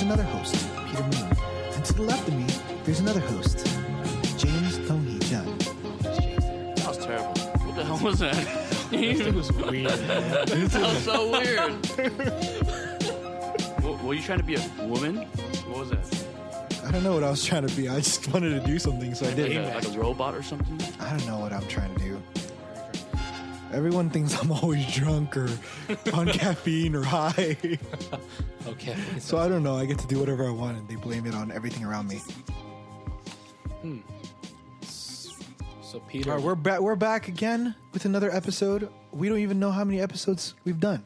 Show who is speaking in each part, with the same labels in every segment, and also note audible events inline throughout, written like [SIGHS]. Speaker 1: another host, Peter Moon. And to the left of me, there's another host, James Tony Dunn.
Speaker 2: That was terrible. What the hell was
Speaker 1: [LAUGHS]
Speaker 2: that?
Speaker 3: It was weird. man.
Speaker 2: [LAUGHS] that was so weird. W- were you trying to be a woman? What was that?
Speaker 1: I don't know what I was trying to be. I just wanted to do something, so I
Speaker 2: Like
Speaker 1: did.
Speaker 2: a,
Speaker 1: it.
Speaker 2: like a robot or something?
Speaker 1: I don't know what I'm trying to do. Everyone thinks I'm always drunk or on caffeine or high.
Speaker 3: Okay.
Speaker 1: So I don't know. I get to do whatever I want and they blame it on everything around me.
Speaker 3: [LAUGHS] So Peter,
Speaker 1: All right, we're back. We're back again with another episode. We don't even know how many episodes we've done,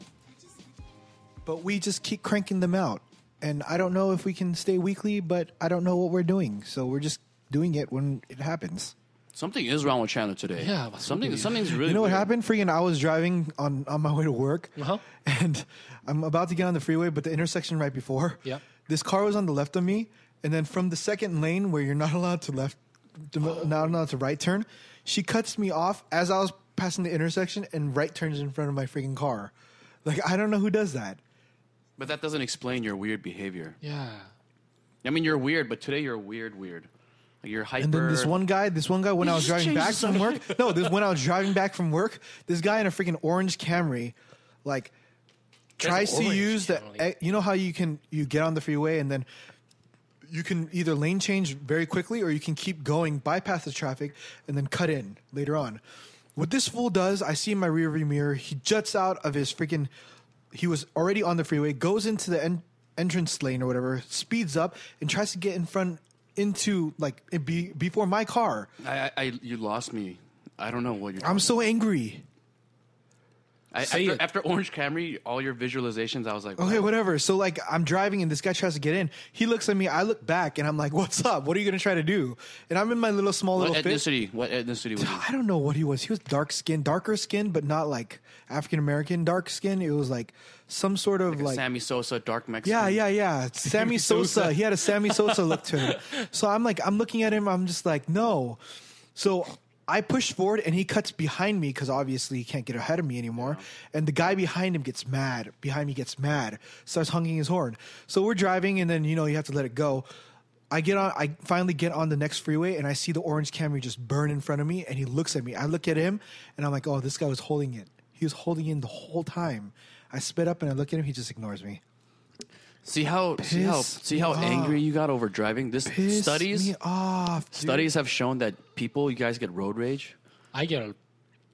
Speaker 1: but we just keep cranking them out. And I don't know if we can stay weekly, but I don't know what we're doing, so we're just doing it when it happens.
Speaker 2: Something is wrong with Chandler today.
Speaker 3: Yeah, what's
Speaker 2: something.
Speaker 3: with you?
Speaker 2: Something's really.
Speaker 1: You know what
Speaker 2: weird.
Speaker 1: happened? Freaking, I was driving on on my way to work,
Speaker 3: Uh-huh.
Speaker 1: and I'm about to get on the freeway, but the intersection right before,
Speaker 3: Yep.
Speaker 1: this car was on the left of me, and then from the second lane where you're not allowed to left, to- not allowed to right turn, she cuts me off as I was passing the intersection and right turns in front of my freaking car. Like I don't know who does that.
Speaker 2: But that doesn't explain your weird behavior.
Speaker 3: yeah.
Speaker 2: I mean, you're weird, but today you're weird, weird. Like you're hyper.
Speaker 1: And then this one guy, this one guy, when I was
Speaker 2: just
Speaker 1: driving
Speaker 2: changed
Speaker 1: back
Speaker 2: the
Speaker 1: from work, no, this when I was driving back from work, this guy in a freaking orange Camry, like, tries to
Speaker 3: orange
Speaker 1: use the,
Speaker 3: Camry.
Speaker 1: eh, you know how you can you get on the freeway and then you can either lane change very quickly or you can keep going, bypass the traffic, and then cut in later on. What this fool does, I see in my rearview mirror, he juts out of his freaking. He was already on the freeway, goes into the en- entrance lane or whatever, speeds up, and tries to get in front into like it be before my car.
Speaker 2: I, I, I, you lost me. I don't know what you're.
Speaker 1: I'm so angry.
Speaker 2: I,
Speaker 3: Say
Speaker 2: after,
Speaker 3: it.
Speaker 2: after Orange Camry, all your visualizations, I was like,
Speaker 1: Okay,
Speaker 2: wow.
Speaker 1: whatever. So like I'm driving and this guy tries to get in. He looks at me, I look back, and I'm like, "What's up? What are you gonna try to do?" And I'm in my little small
Speaker 2: What
Speaker 1: little fit.
Speaker 2: ethnicity? What ethnicity was he?
Speaker 1: I don't know what he was. He was dark skinned, darker skinned, but not like African American dark skin. It was like some sort of like,
Speaker 2: Sammy Sosa, dark Mexican.
Speaker 1: yeah, yeah, yeah. Sammy Sosa. He had a Sammy Sosa look to him. So I'm like, I'm looking at him. I'm just like, no. So I push forward and he cuts behind me because obviously he can't get ahead of me anymore. And the guy behind him gets mad. Behind me gets mad. Starts honking his horn. So we're driving and then you know you have to let it go. I get on. I finally get on the next freeway, and I see the orange Camry just burn in front of me. And he looks at me. I look at him, and I'm like, "Oh, this guy was holding it. He was holding in the whole time." I sped up, and I look at him. He just ignores me.
Speaker 2: See how see how
Speaker 1: Pissed
Speaker 2: see how
Speaker 1: me
Speaker 2: angry you got over driving. This
Speaker 1: Piss
Speaker 2: studies
Speaker 1: me off. dude.
Speaker 2: studies have shown that people, you guys get road rage.
Speaker 3: I get a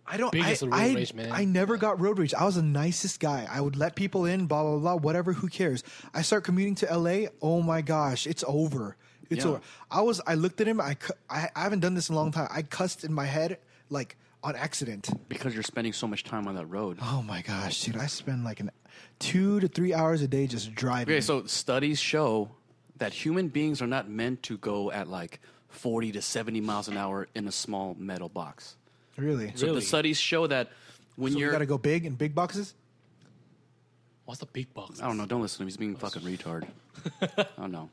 Speaker 1: I don't. I,
Speaker 3: biggest road
Speaker 1: I,
Speaker 3: rage, man.
Speaker 1: I never got road rage. I was the nicest guy. I would let people in. Blah blah blah. Whatever. Who cares? I start commuting to LA. Oh my gosh, it's over. It's
Speaker 2: Yeah.
Speaker 1: over. I was. I looked at him. I, cu- I. I haven't done this in a long time. I cussed in my head like on accident.
Speaker 2: because you're spending so much time on that road.
Speaker 1: Oh my gosh, dude! I spend like an two to three hours a day just driving.
Speaker 2: Okay, so studies show that human beings are not meant to go at like 40 to 70 miles an hour in a small metal box.
Speaker 1: really,
Speaker 2: So
Speaker 3: Really?
Speaker 2: the studies show that when
Speaker 1: you
Speaker 2: you're
Speaker 1: got to go big in big boxes.
Speaker 3: what's the big box?
Speaker 2: I don't know. Don't listen to him. He's being fucking retard. I don't know.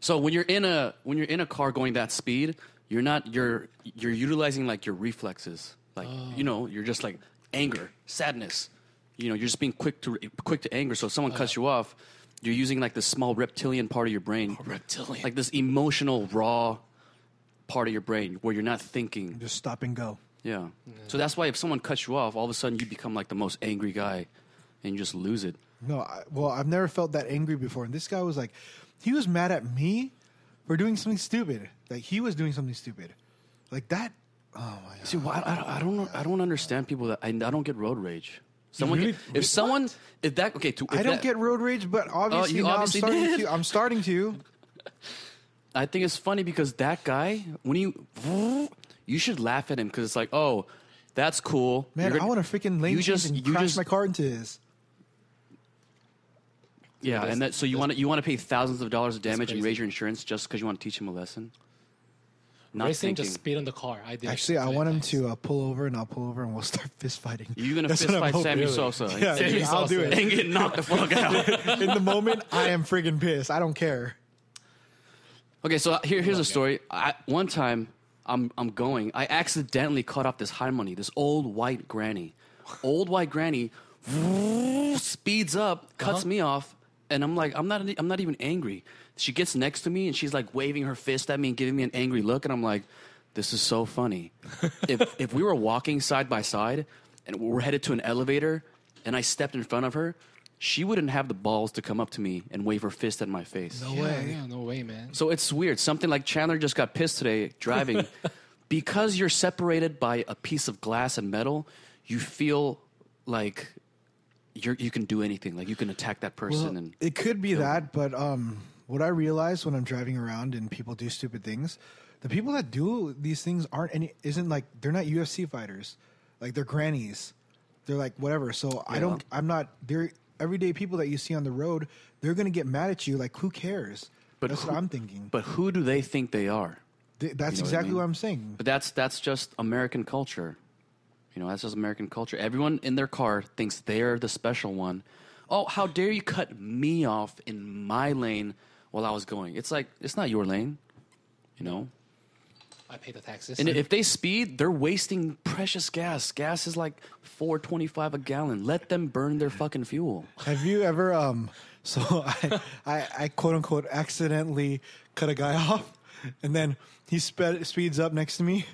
Speaker 2: So when you're in a when you're in a car going that speed, you're not you're you're utilizing like your reflexes. Like you know, you're just like anger, sadness. You know, you're just being quick to quick to anger. So if someone cuts you off, you're using like this small reptilian part of your brain,
Speaker 3: reptilian.
Speaker 2: like this emotional raw part of your brain where you're not thinking.
Speaker 1: Just stop and go.
Speaker 2: Yeah. So that's why if someone cuts you off, all of a sudden you become like the most angry guy, and you just lose it.
Speaker 1: No, I, well, I've never felt that angry before. And this guy was like, he was mad at me for doing something stupid. Like he was doing something stupid, like that. Oh my god!
Speaker 2: See, why I, don't- I don't know. I don't understand people that I, I don't get road rage. Someone,
Speaker 3: really-
Speaker 2: get- if someone, if that okay, to, if
Speaker 1: I don't
Speaker 2: that- Oh,
Speaker 1: get road rage, but obviously,
Speaker 2: you
Speaker 1: now
Speaker 2: obviously
Speaker 1: I'm starting
Speaker 2: did.
Speaker 1: to. I'm
Speaker 2: [LAUGHS]
Speaker 1: starting to.
Speaker 2: I think it's funny because that guy, when you, you should laugh at him because it's like, oh, that's cool.
Speaker 1: Man,
Speaker 2: You're gonna-
Speaker 1: I want to freaking lane
Speaker 2: you
Speaker 1: change
Speaker 2: just-
Speaker 1: and
Speaker 2: you
Speaker 1: crash
Speaker 2: just-
Speaker 1: my car into his.
Speaker 2: Yeah, and that, so you want to you want to pay thousands of dollars of damage and
Speaker 3: crazy.
Speaker 2: raise your insurance just because you want to teach him a lesson. Not
Speaker 3: Racing
Speaker 2: thinking.
Speaker 3: just speed on the car. I did.
Speaker 1: Actually, I
Speaker 3: Three
Speaker 1: want him
Speaker 3: times.
Speaker 1: to uh, pull over, and I'll pull over, and we'll start [LAUGHS] fist fighting.
Speaker 2: You're gonna
Speaker 1: That's
Speaker 2: fist
Speaker 1: what I'm
Speaker 2: fight
Speaker 1: hoping.
Speaker 2: Sammy
Speaker 3: really.
Speaker 2: Sosa.
Speaker 1: [LAUGHS] Yeah,
Speaker 2: and,
Speaker 1: dude, I'll do it.
Speaker 2: and get knocked the fuck out.
Speaker 1: [LAUGHS] In the moment, I am friggin' pissed. I don't care.
Speaker 2: Okay, so here, here's a story. I, one time, I'm, I'm going. I accidentally cut off this high money, this old white [LAUGHS] granny. Old white granny speeds up, cuts me off, and I'm like, I'm not, I'm not even angry. She gets next to me and she's like waving her fist at me and giving me an angry look, and I'm like, this is so funny. if if we were walking side by side and we're headed to an elevator, and I stepped in front of her, she wouldn't have the balls to come up to me and wave her fist at my face.
Speaker 1: No
Speaker 3: Yeah,
Speaker 1: way.
Speaker 3: yeah, no way, man.
Speaker 2: So it's weird. Something like Chandler just got pissed today driving. because you're separated by a piece of glass and metal, you feel like you're, you can do anything. Like you can attack that person.
Speaker 1: Well,
Speaker 2: and
Speaker 1: it could be that, but um, what I realize when I'm driving around and people do stupid things, the people that do these things aren't any isn't like they're not UFC fighters, like they're grannies, they're like whatever. So I
Speaker 2: Yeah.
Speaker 1: don't, I'm not. They're everyday people that you see on the road. They're gonna get mad at you. Like who cares?
Speaker 2: But
Speaker 1: that's
Speaker 2: who-
Speaker 1: what I'm thinking.
Speaker 2: But who do they think they are?
Speaker 1: Th- that's
Speaker 2: You know what I
Speaker 1: exactly
Speaker 2: mean?
Speaker 1: what I'm saying.
Speaker 2: But that's that's just American culture. You know, that's just American culture. Everyone in their car thinks they're the special one. Oh, how dare you cut me off in my lane while I was going? It's like it's not your lane. You know?
Speaker 3: I pay the taxes.
Speaker 2: And if they speed, they're wasting precious gas. Gas is like 4.25 a gallon. Let them burn their fucking fuel.
Speaker 1: Have you ever um [LAUGHS] so I, I I quote unquote accidentally cut a guy [LAUGHS] off and then he sped, speeds up next to me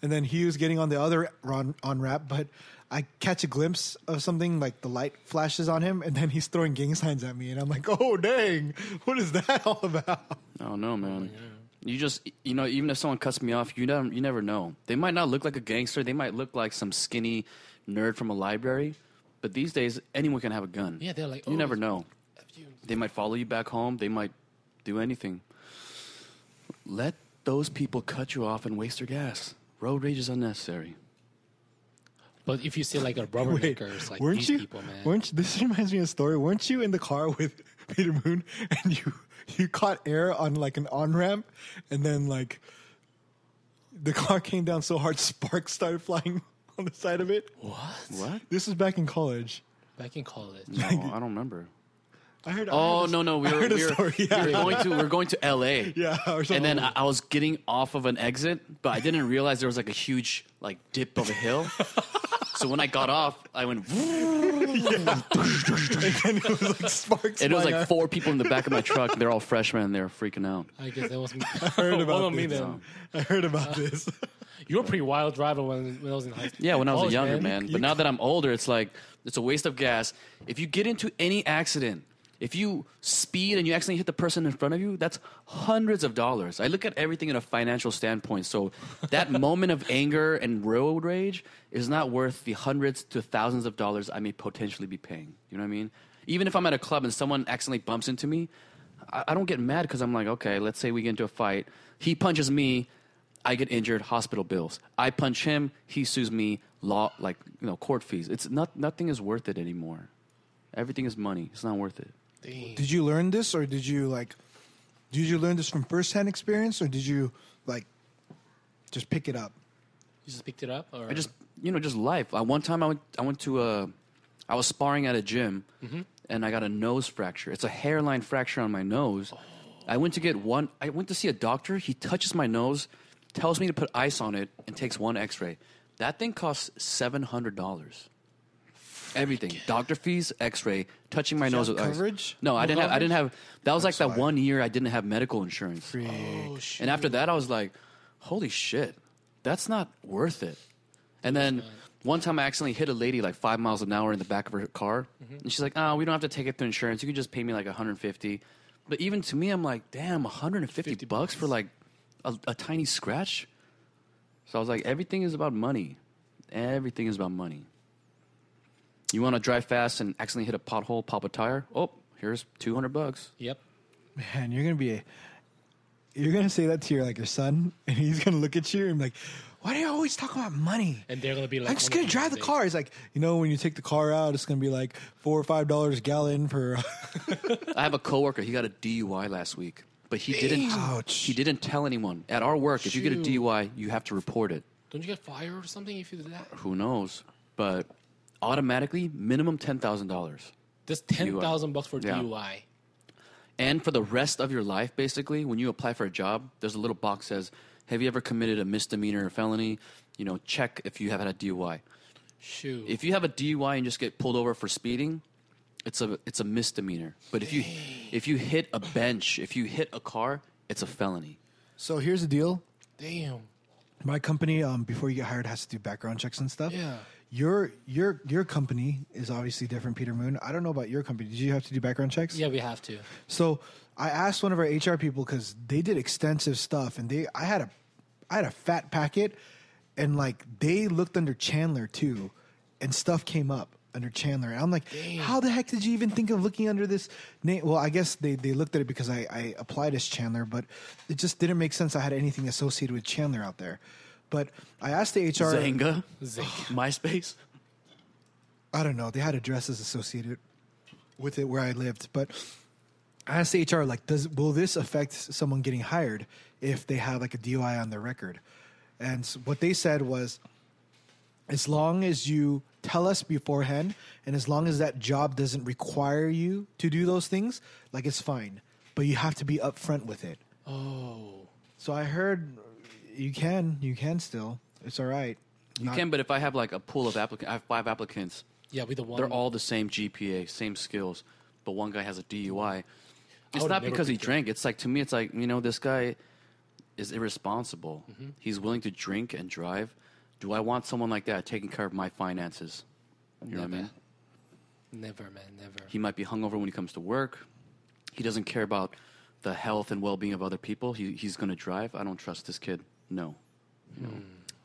Speaker 1: and then he was getting on the other on, on rap but I catch a glimpse of something like the light flashes on him and then he's throwing gang signs at me and I'm like oh dang what is that [LAUGHS] all about
Speaker 2: I don't know, man. You just, you know, even if someone cuts me off, you never, you never know. They might not look like a gangster. They might look like some skinny nerd from a library. But these days, anyone can have a gun.
Speaker 3: Yeah, they're like,
Speaker 2: you
Speaker 3: oh,
Speaker 2: never
Speaker 3: it's-
Speaker 2: know.
Speaker 3: you,
Speaker 2: They might follow you back home. They might do anything. Let those people cut you off and waste their gas. Road rage is unnecessary.
Speaker 3: but if you see like a
Speaker 1: Wait,
Speaker 3: rubberneckers, like
Speaker 1: weren't
Speaker 3: these
Speaker 1: you
Speaker 3: people, man.
Speaker 1: weren't you- this reminds me of a story weren't you in the car with [LAUGHS] Peter Moon and you you caught air on like an on ramp and then like the car came down so hard [LAUGHS] sparks started flying on the side of it
Speaker 3: what? [LAUGHS]
Speaker 2: What?
Speaker 1: this was back in college
Speaker 3: Back in college.
Speaker 2: No, I don't remember.
Speaker 1: I heard I heard
Speaker 2: Oh
Speaker 1: a-
Speaker 2: no no we
Speaker 1: [LAUGHS] I
Speaker 2: were,
Speaker 1: heard a
Speaker 2: we were,
Speaker 1: story, yeah.
Speaker 2: we were going to we were going to L.A.
Speaker 1: [LAUGHS] Yeah, or something.
Speaker 2: and then I, I was getting off of an exit, but I didn't realize there was like a huge like dip of a
Speaker 1: [LAUGHS]
Speaker 2: hill. so when I got off, I went.
Speaker 1: [LAUGHS]
Speaker 2: [LAUGHS]
Speaker 1: and it was
Speaker 2: [LAUGHS]
Speaker 1: like sparks
Speaker 2: It was
Speaker 1: flying
Speaker 2: like
Speaker 1: out.
Speaker 2: four people in the back of my truck. They're all freshmen. and They're freaking out.
Speaker 3: I guess that was me.
Speaker 2: [LAUGHS]
Speaker 1: [LAUGHS]
Speaker 3: [LAUGHS]
Speaker 1: I heard about
Speaker 3: on me
Speaker 1: this.
Speaker 3: then.
Speaker 1: I heard
Speaker 2: Uh,
Speaker 1: about this [LAUGHS]
Speaker 3: You were a pretty wild driver when, when I was in high school.
Speaker 2: Yeah, when I was
Speaker 3: college,
Speaker 2: a younger man.
Speaker 1: you
Speaker 2: But now that I'm older, it's like it's a waste of gas. If you get into any accident, if you speed and you accidentally hit the person in front of you, that's hundreds of dollars. I look at everything in a financial standpoint. So that moment of anger and road rage is not worth the hundreds to thousands of dollars I may potentially be paying. You know what I mean? Even if I'm at a club and someone accidentally bumps into me, I, I don't get mad because I'm like, okay, let's say we get into a fight. He punches me. I get injured, hospital bills. I punch him, he sues me, law like you know court fees. It's not nothing is worth it anymore. Everything is money. It's not worth it.
Speaker 3: Damn.
Speaker 1: did you learn this or did you like did you learn this from firsthand experience or did you like just pick it up
Speaker 3: You just picked it up? Or?
Speaker 2: I just you know just life. I, one time I went I went to a I was sparring at a gym
Speaker 1: Mm-hmm.
Speaker 2: and I got a nose fracture. It's a hairline fracture on my nose.
Speaker 1: Oh.
Speaker 2: I went to get one. I went to see a doctor. He touches my nose, tells me to put ice on it, and takes one X-ray. That thing costs seven hundred dollars. Everything, doctor fees, X-ray, touching my nose
Speaker 1: have
Speaker 2: with ice.
Speaker 1: coverage?
Speaker 2: No, I didn't have. I didn't have. That was like that
Speaker 1: why.
Speaker 2: one year I didn't have medical insurance.
Speaker 3: Oh, shit.
Speaker 2: And after that, I was like, holy shit, that's not worth it. And then one time I accidentally hit a lady like five miles an hour in the back of her car. And she's like, oh, we don't have to take it through insurance. You can just pay me like 150 But even to me, I'm like, damn, 150 bucks, for like a, a tiny scratch? So I was like, everything is about money. Everything is about money. You want to drive fast and accidentally hit a pothole, pop a tire? Oh, here's 200 bucks.
Speaker 3: Yep.
Speaker 1: Man, you're gonna be a, you're gonna say that to your like your son, [LAUGHS] and he's gonna look at you and be like, "Why do you always talk about money?"
Speaker 3: And they're gonna be like,
Speaker 1: "I'm just
Speaker 3: on the
Speaker 1: gonna drive the
Speaker 3: days."
Speaker 1: car." It's like you know when you take the car out, it's gonna be like four or five dollars a gallon for. [LAUGHS]
Speaker 2: I have a coworker. He got a DUI last week, but he didn't.
Speaker 1: Ouch.
Speaker 2: He didn't tell anyone at our work. If you get a
Speaker 3: Shoot.
Speaker 2: DUI, you have to report it.
Speaker 3: Don't you get fired or something if you do that?
Speaker 2: Who knows? But automatically, minimum ten thousand dollars,
Speaker 3: That's 10,000 bucks for
Speaker 2: uh, Yeah.
Speaker 3: DUI.
Speaker 2: and for the rest of your life, basically, when you apply for a job, there's a little box that says, "Have you ever committed a misdemeanor or felony?" You know, check if you have had a DUI.
Speaker 3: Shoot.
Speaker 2: If you have a DUI and just get pulled over for speeding, it's a it's a misdemeanor. But if you if you hit a bench, if you hit a car, it's a felony.
Speaker 1: So here's the deal.
Speaker 3: Damn.
Speaker 1: My company, um, before you get hired, has to do background checks and stuff.
Speaker 3: Yeah.
Speaker 1: Your your your company is obviously different, Peter Moon. I don't know about your company. Did you have to do background checks?
Speaker 3: Yeah, we have to.
Speaker 1: So I asked one of our HR people because they did extensive stuff, and they I had a I had a fat packet, and like they looked under Chandler too, and stuff came up under Chandler. And I'm like, how the heck did you even think of looking under this name? Well, I guess they they looked at it because I I applied as Chandler, but it just didn't make sense. I had anything associated with Chandler out there. But I asked the HR.
Speaker 2: Zanga,
Speaker 3: Zynga.
Speaker 2: MySpace.
Speaker 1: I don't know. They had addresses associated with it where I lived, but I asked the HR like, does will this affect someone getting hired if they have like a DUI on their record? And s- what they said was, as long as you tell us beforehand, and as long as that job doesn't require you to do those things, like it's fine. But you have to be upfront with it.
Speaker 3: Oh.
Speaker 1: So I heard you can, you can still. It's all right.
Speaker 2: You can, but if I have like a pool of applicants, I have five applicants.
Speaker 3: Yeah, we the one.
Speaker 2: They're all the same GPA, same skills, but one guy has a DUI. It's
Speaker 3: would've
Speaker 2: not
Speaker 3: never
Speaker 2: because he
Speaker 3: picked it.
Speaker 2: drank. It's like to me, it's like you know, this guy is irresponsible.
Speaker 3: Mm-hmm.
Speaker 2: He's willing to drink and drive. Do I want someone like that taking care of my finances? You know what I mean?
Speaker 3: Never, man. Never.
Speaker 2: He might be hungover when he comes to work. He doesn't care about the health and well-being of other people. He, he's going to drive. I don't trust this kid. No.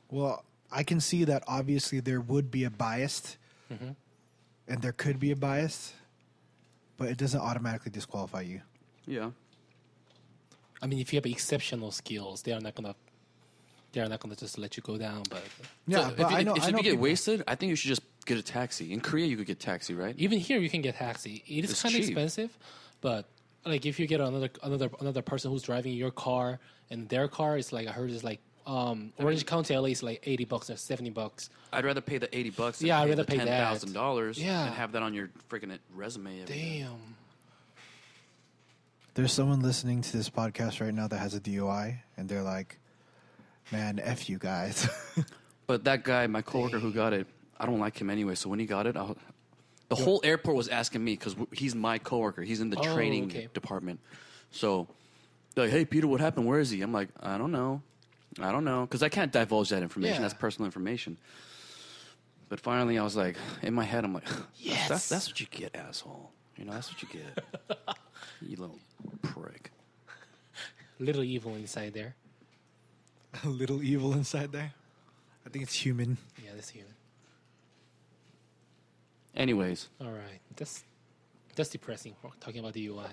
Speaker 1: Well, I can see that obviously there would be a bias, and there could be a bias, but it doesn't automatically disqualify you.
Speaker 2: Yeah.
Speaker 3: I mean, if you have exceptional skills, they are not gonna. They are not gonna just let you go down. But
Speaker 1: Yeah,
Speaker 2: So
Speaker 1: but
Speaker 2: if you,
Speaker 1: I know.
Speaker 2: if
Speaker 1: I
Speaker 2: you
Speaker 1: know
Speaker 2: get
Speaker 1: people-
Speaker 2: wasted, I think you should just get a taxi. In Korea, you could get taxi, right?
Speaker 3: even here, you can get taxi. It is
Speaker 2: It's
Speaker 3: kind of
Speaker 2: cheap.
Speaker 3: expensive, but like if you get another another another person who's driving your car and their car, it's like I heard it's like um, Orange County LA is like eighty bucks or seventy bucks.
Speaker 2: I'd rather pay the eighty bucks. Than
Speaker 3: Yeah, I'd
Speaker 2: pay
Speaker 3: rather
Speaker 2: the
Speaker 3: pay
Speaker 2: ten
Speaker 3: that.
Speaker 2: thousand dollars.
Speaker 3: Yeah.
Speaker 2: and have that on your freaking resume. every day.
Speaker 3: Damn.
Speaker 1: There's someone listening to this podcast right now that has a DUI, and they're like, "Man, f you guys." [LAUGHS]
Speaker 2: But that guy, my coworker who got it, I don't like him anyway. So when he got it, I, the whole airport was asking me because he's my coworker. He's in the
Speaker 3: Oh,
Speaker 2: training
Speaker 3: okay.
Speaker 2: department. So they're like, hey Peter, what happened? Where is he? I'm like, I don't know, I don't know, because I can't divulge that information.
Speaker 3: Yeah.
Speaker 2: That's personal information. But finally, I was like, in my head, I'm like,
Speaker 3: [LAUGHS]
Speaker 2: yes, that's, that's what you get, asshole. You know, that's what you get. [LAUGHS] you little prick.
Speaker 3: Little evil inside there.
Speaker 1: a little evil inside there. I think it's human.
Speaker 3: Yeah, that's human.
Speaker 2: Anyways,
Speaker 3: All right, that's that's depressing. We're talking about the UI.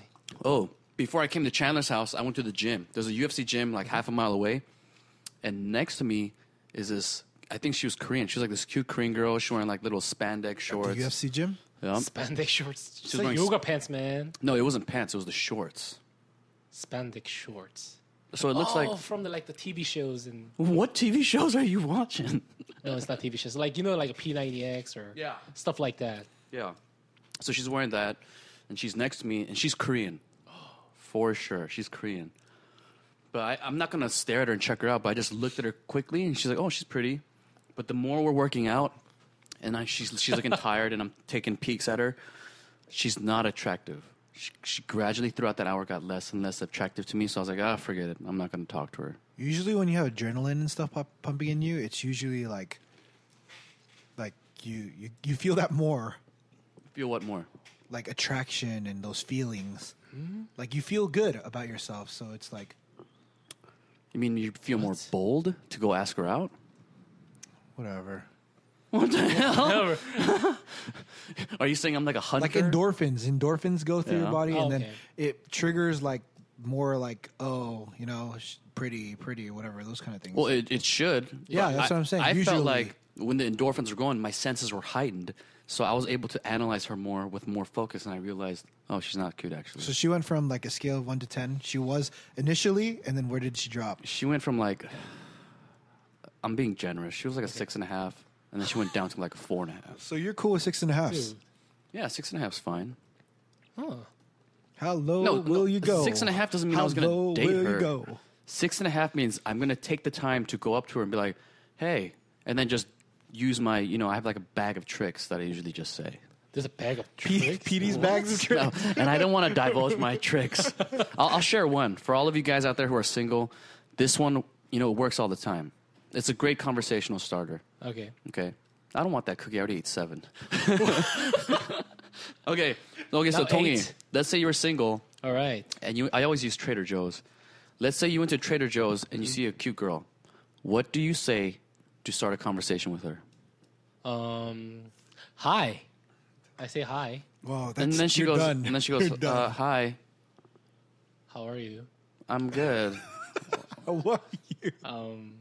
Speaker 2: Oh, before I came to Chandler's house, I went to the gym. There's a UFC gym like half a mile away, and next to me is this. I think she was Korean. She was like this cute Korean girl. She wearing like little spandex
Speaker 1: The
Speaker 2: shorts.
Speaker 1: UFC gym.
Speaker 2: Yeah.
Speaker 3: Spandex shorts. It's
Speaker 2: She's
Speaker 3: like
Speaker 2: wearing
Speaker 3: yoga pants, man.
Speaker 2: No, it wasn't pants. It was the shorts.
Speaker 3: Spandex shorts.
Speaker 2: So it looks
Speaker 3: oh,
Speaker 2: like
Speaker 3: from the like the TV shows and
Speaker 2: what TV shows are you watching?
Speaker 3: no, it's not TV shows. Like you know, like a P90X or
Speaker 2: Yeah.
Speaker 3: stuff like that.
Speaker 2: yeah. So she's wearing that, and she's next to me, and she's Korean, for sure. She's Korean. But I, I'm not gonna stare at her and check her out. But I just looked at her quickly, and she's like, "Oh, she's pretty." But the more we're working out, and I, she's she's looking tired, and I'm taking peeks at her. She's not attractive. She, she gradually throughout that hour got less and less attractive to me. So I was like, "Ah, forget it. I'm not gonna talk to her."
Speaker 1: Usually, when you have adrenaline and stuff pop- pumping in you, it's usually like, like you you you feel that more.
Speaker 2: Feel what more?
Speaker 1: like attraction and those feelings.
Speaker 2: Mm-hmm.
Speaker 1: Like you feel good about yourself, so it's like
Speaker 2: You mean you feel more bold to go ask her out?
Speaker 1: whatever.
Speaker 2: What the hell? [LAUGHS] Are you saying I'm like a hunter?
Speaker 1: Like endorphins, endorphins go through your
Speaker 2: Yeah.
Speaker 1: body, and then
Speaker 3: Okay.
Speaker 1: it triggers like more like oh, you know, sh- pretty, pretty, whatever, those kind of things.
Speaker 2: Well, it, it should.
Speaker 1: Yeah,
Speaker 2: but
Speaker 1: that's
Speaker 2: I-
Speaker 1: what I'm saying.
Speaker 2: I
Speaker 1: Usually-
Speaker 2: felt like when the endorphins were going, my senses were heightened, so I was able to analyze her more with more focus, and I realized, oh, she's not cute actually.
Speaker 1: so she went from like a scale of one to ten. She was initially, and then where did she drop?
Speaker 2: she went from like, I'm being generous. She was like a six and a half, and then she went down to like a four and a half.
Speaker 1: So you're cool with six and a half.
Speaker 3: Dude.
Speaker 2: Yeah, six and a half's fine.
Speaker 3: Oh,
Speaker 1: How low
Speaker 2: No,
Speaker 1: will
Speaker 2: no,
Speaker 1: you go?
Speaker 2: Six and a half doesn't mean
Speaker 1: How
Speaker 2: I was going
Speaker 1: low
Speaker 2: to date
Speaker 1: will
Speaker 2: her.
Speaker 1: You go?
Speaker 2: Six and a half means I'm going to take the time to go up to her and be like, hey, and then just use my, you know, I have like a bag of tricks that I usually just say.
Speaker 3: There's a bag of
Speaker 1: P-
Speaker 3: tricks.
Speaker 1: PD's bags of tricks. [LAUGHS]
Speaker 2: No, and I don't want to divulge my tricks. I'll, I'll share one for all of you guys out there who are single. This one, you know, works all the time. It's a great conversational starter.
Speaker 3: Okay.
Speaker 2: Okay, I don't want that cookie. I already ate seven. [LAUGHS] okay, okay. so
Speaker 3: Now
Speaker 2: Tony,
Speaker 3: eight.
Speaker 2: let's say you were single
Speaker 3: All right.
Speaker 2: and you. I always use Trader Joe's. Let's say you went to Trader Joe's and you see a cute girl. What do you say to start a conversation with her?
Speaker 3: Um, hi. I say hi.
Speaker 1: Wow, that's
Speaker 2: And then she
Speaker 1: you're
Speaker 2: goes.
Speaker 1: done.
Speaker 2: And then she
Speaker 1: You're
Speaker 2: goes. Uh,
Speaker 1: done.
Speaker 2: hi,
Speaker 3: How are you?
Speaker 2: I'm good. [LAUGHS] uh,
Speaker 1: [LAUGHS] what are you?
Speaker 3: Um,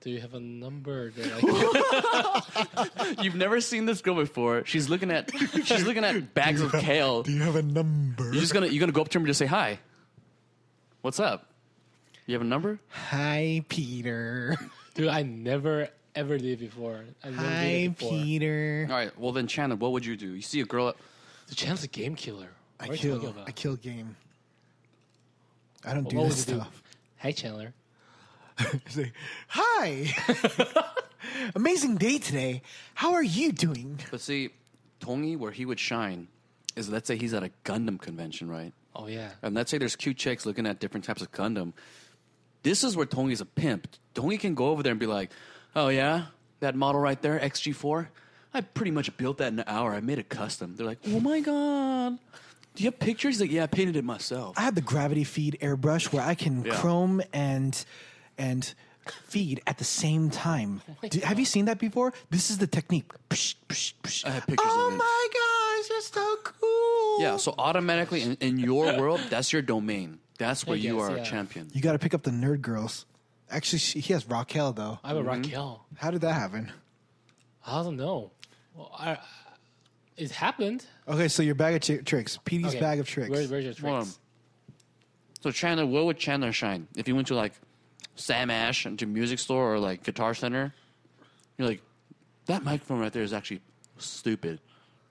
Speaker 3: do you have a number that I
Speaker 1: [LAUGHS]
Speaker 3: can
Speaker 2: You've never seen this girl before. She's looking at she's looking at bags of kale.
Speaker 1: [LAUGHS] Do you have a number?
Speaker 2: You're just gonna you're gonna go up to her and just say hi. What's up? You have a number?
Speaker 1: Hi, Peter.
Speaker 3: Dude, I never ever did before. I never did it before.
Speaker 1: Peter.
Speaker 2: All right. Well then, Chandler, what would you do? You see a girl.
Speaker 3: The channel's a game killer.
Speaker 1: I
Speaker 3: What are you talking
Speaker 1: kill.
Speaker 3: about?
Speaker 1: I kill game. I don't
Speaker 3: What
Speaker 1: do
Speaker 3: would
Speaker 1: this
Speaker 3: you do?
Speaker 1: stuff. [LAUGHS]
Speaker 3: Hey, Chandler.
Speaker 1: It's like,
Speaker 3: [LAUGHS]
Speaker 1: Hi. Amazing day today. How are you doing?
Speaker 2: But see, Tongi, where he would shine is let's say he's at a Gundam convention, right?
Speaker 3: Oh yeah.
Speaker 1: Uh,
Speaker 2: And let's say there's cute chicks looking at different types of Gundam. This is where Tongi's a pimp. Tongi can go over there and be like, "Oh yeah, that model right there, XG4. I pretty much built that in an hour. I made it custom." They're like, "Oh my god, do you have pictures?" He's like, "Yeah, I painted it myself."
Speaker 1: I have the gravity feed airbrush where I can
Speaker 2: Yeah.
Speaker 1: chrome and and feed at the same time.
Speaker 3: Oh
Speaker 1: Do- have you seen that before? This is the technique. Psh, psh, psh.
Speaker 2: I have pictures
Speaker 1: oh
Speaker 2: of it.
Speaker 1: my gosh, that's so cool.
Speaker 2: Yeah, so automatically in, in your world, that's your domain. That's where
Speaker 3: I
Speaker 2: you
Speaker 3: guess,
Speaker 2: are a
Speaker 3: yeah.
Speaker 2: champion.
Speaker 1: You got to pick up the nerd girls. Actually, she, he has Raquel though.
Speaker 3: I have a Raquel.
Speaker 1: How did that happen?
Speaker 3: I don't know. Well, I, it happened.
Speaker 1: Okay, so your bag of chi- tricks, PD's
Speaker 3: Okay.
Speaker 1: bag of tricks.
Speaker 3: Where, where's your tricks?
Speaker 2: Well, So Chandler, where would Chandler shine if you went to like Sam Ash and to music store or like Guitar Center? You're like, that microphone right there is actually stupid.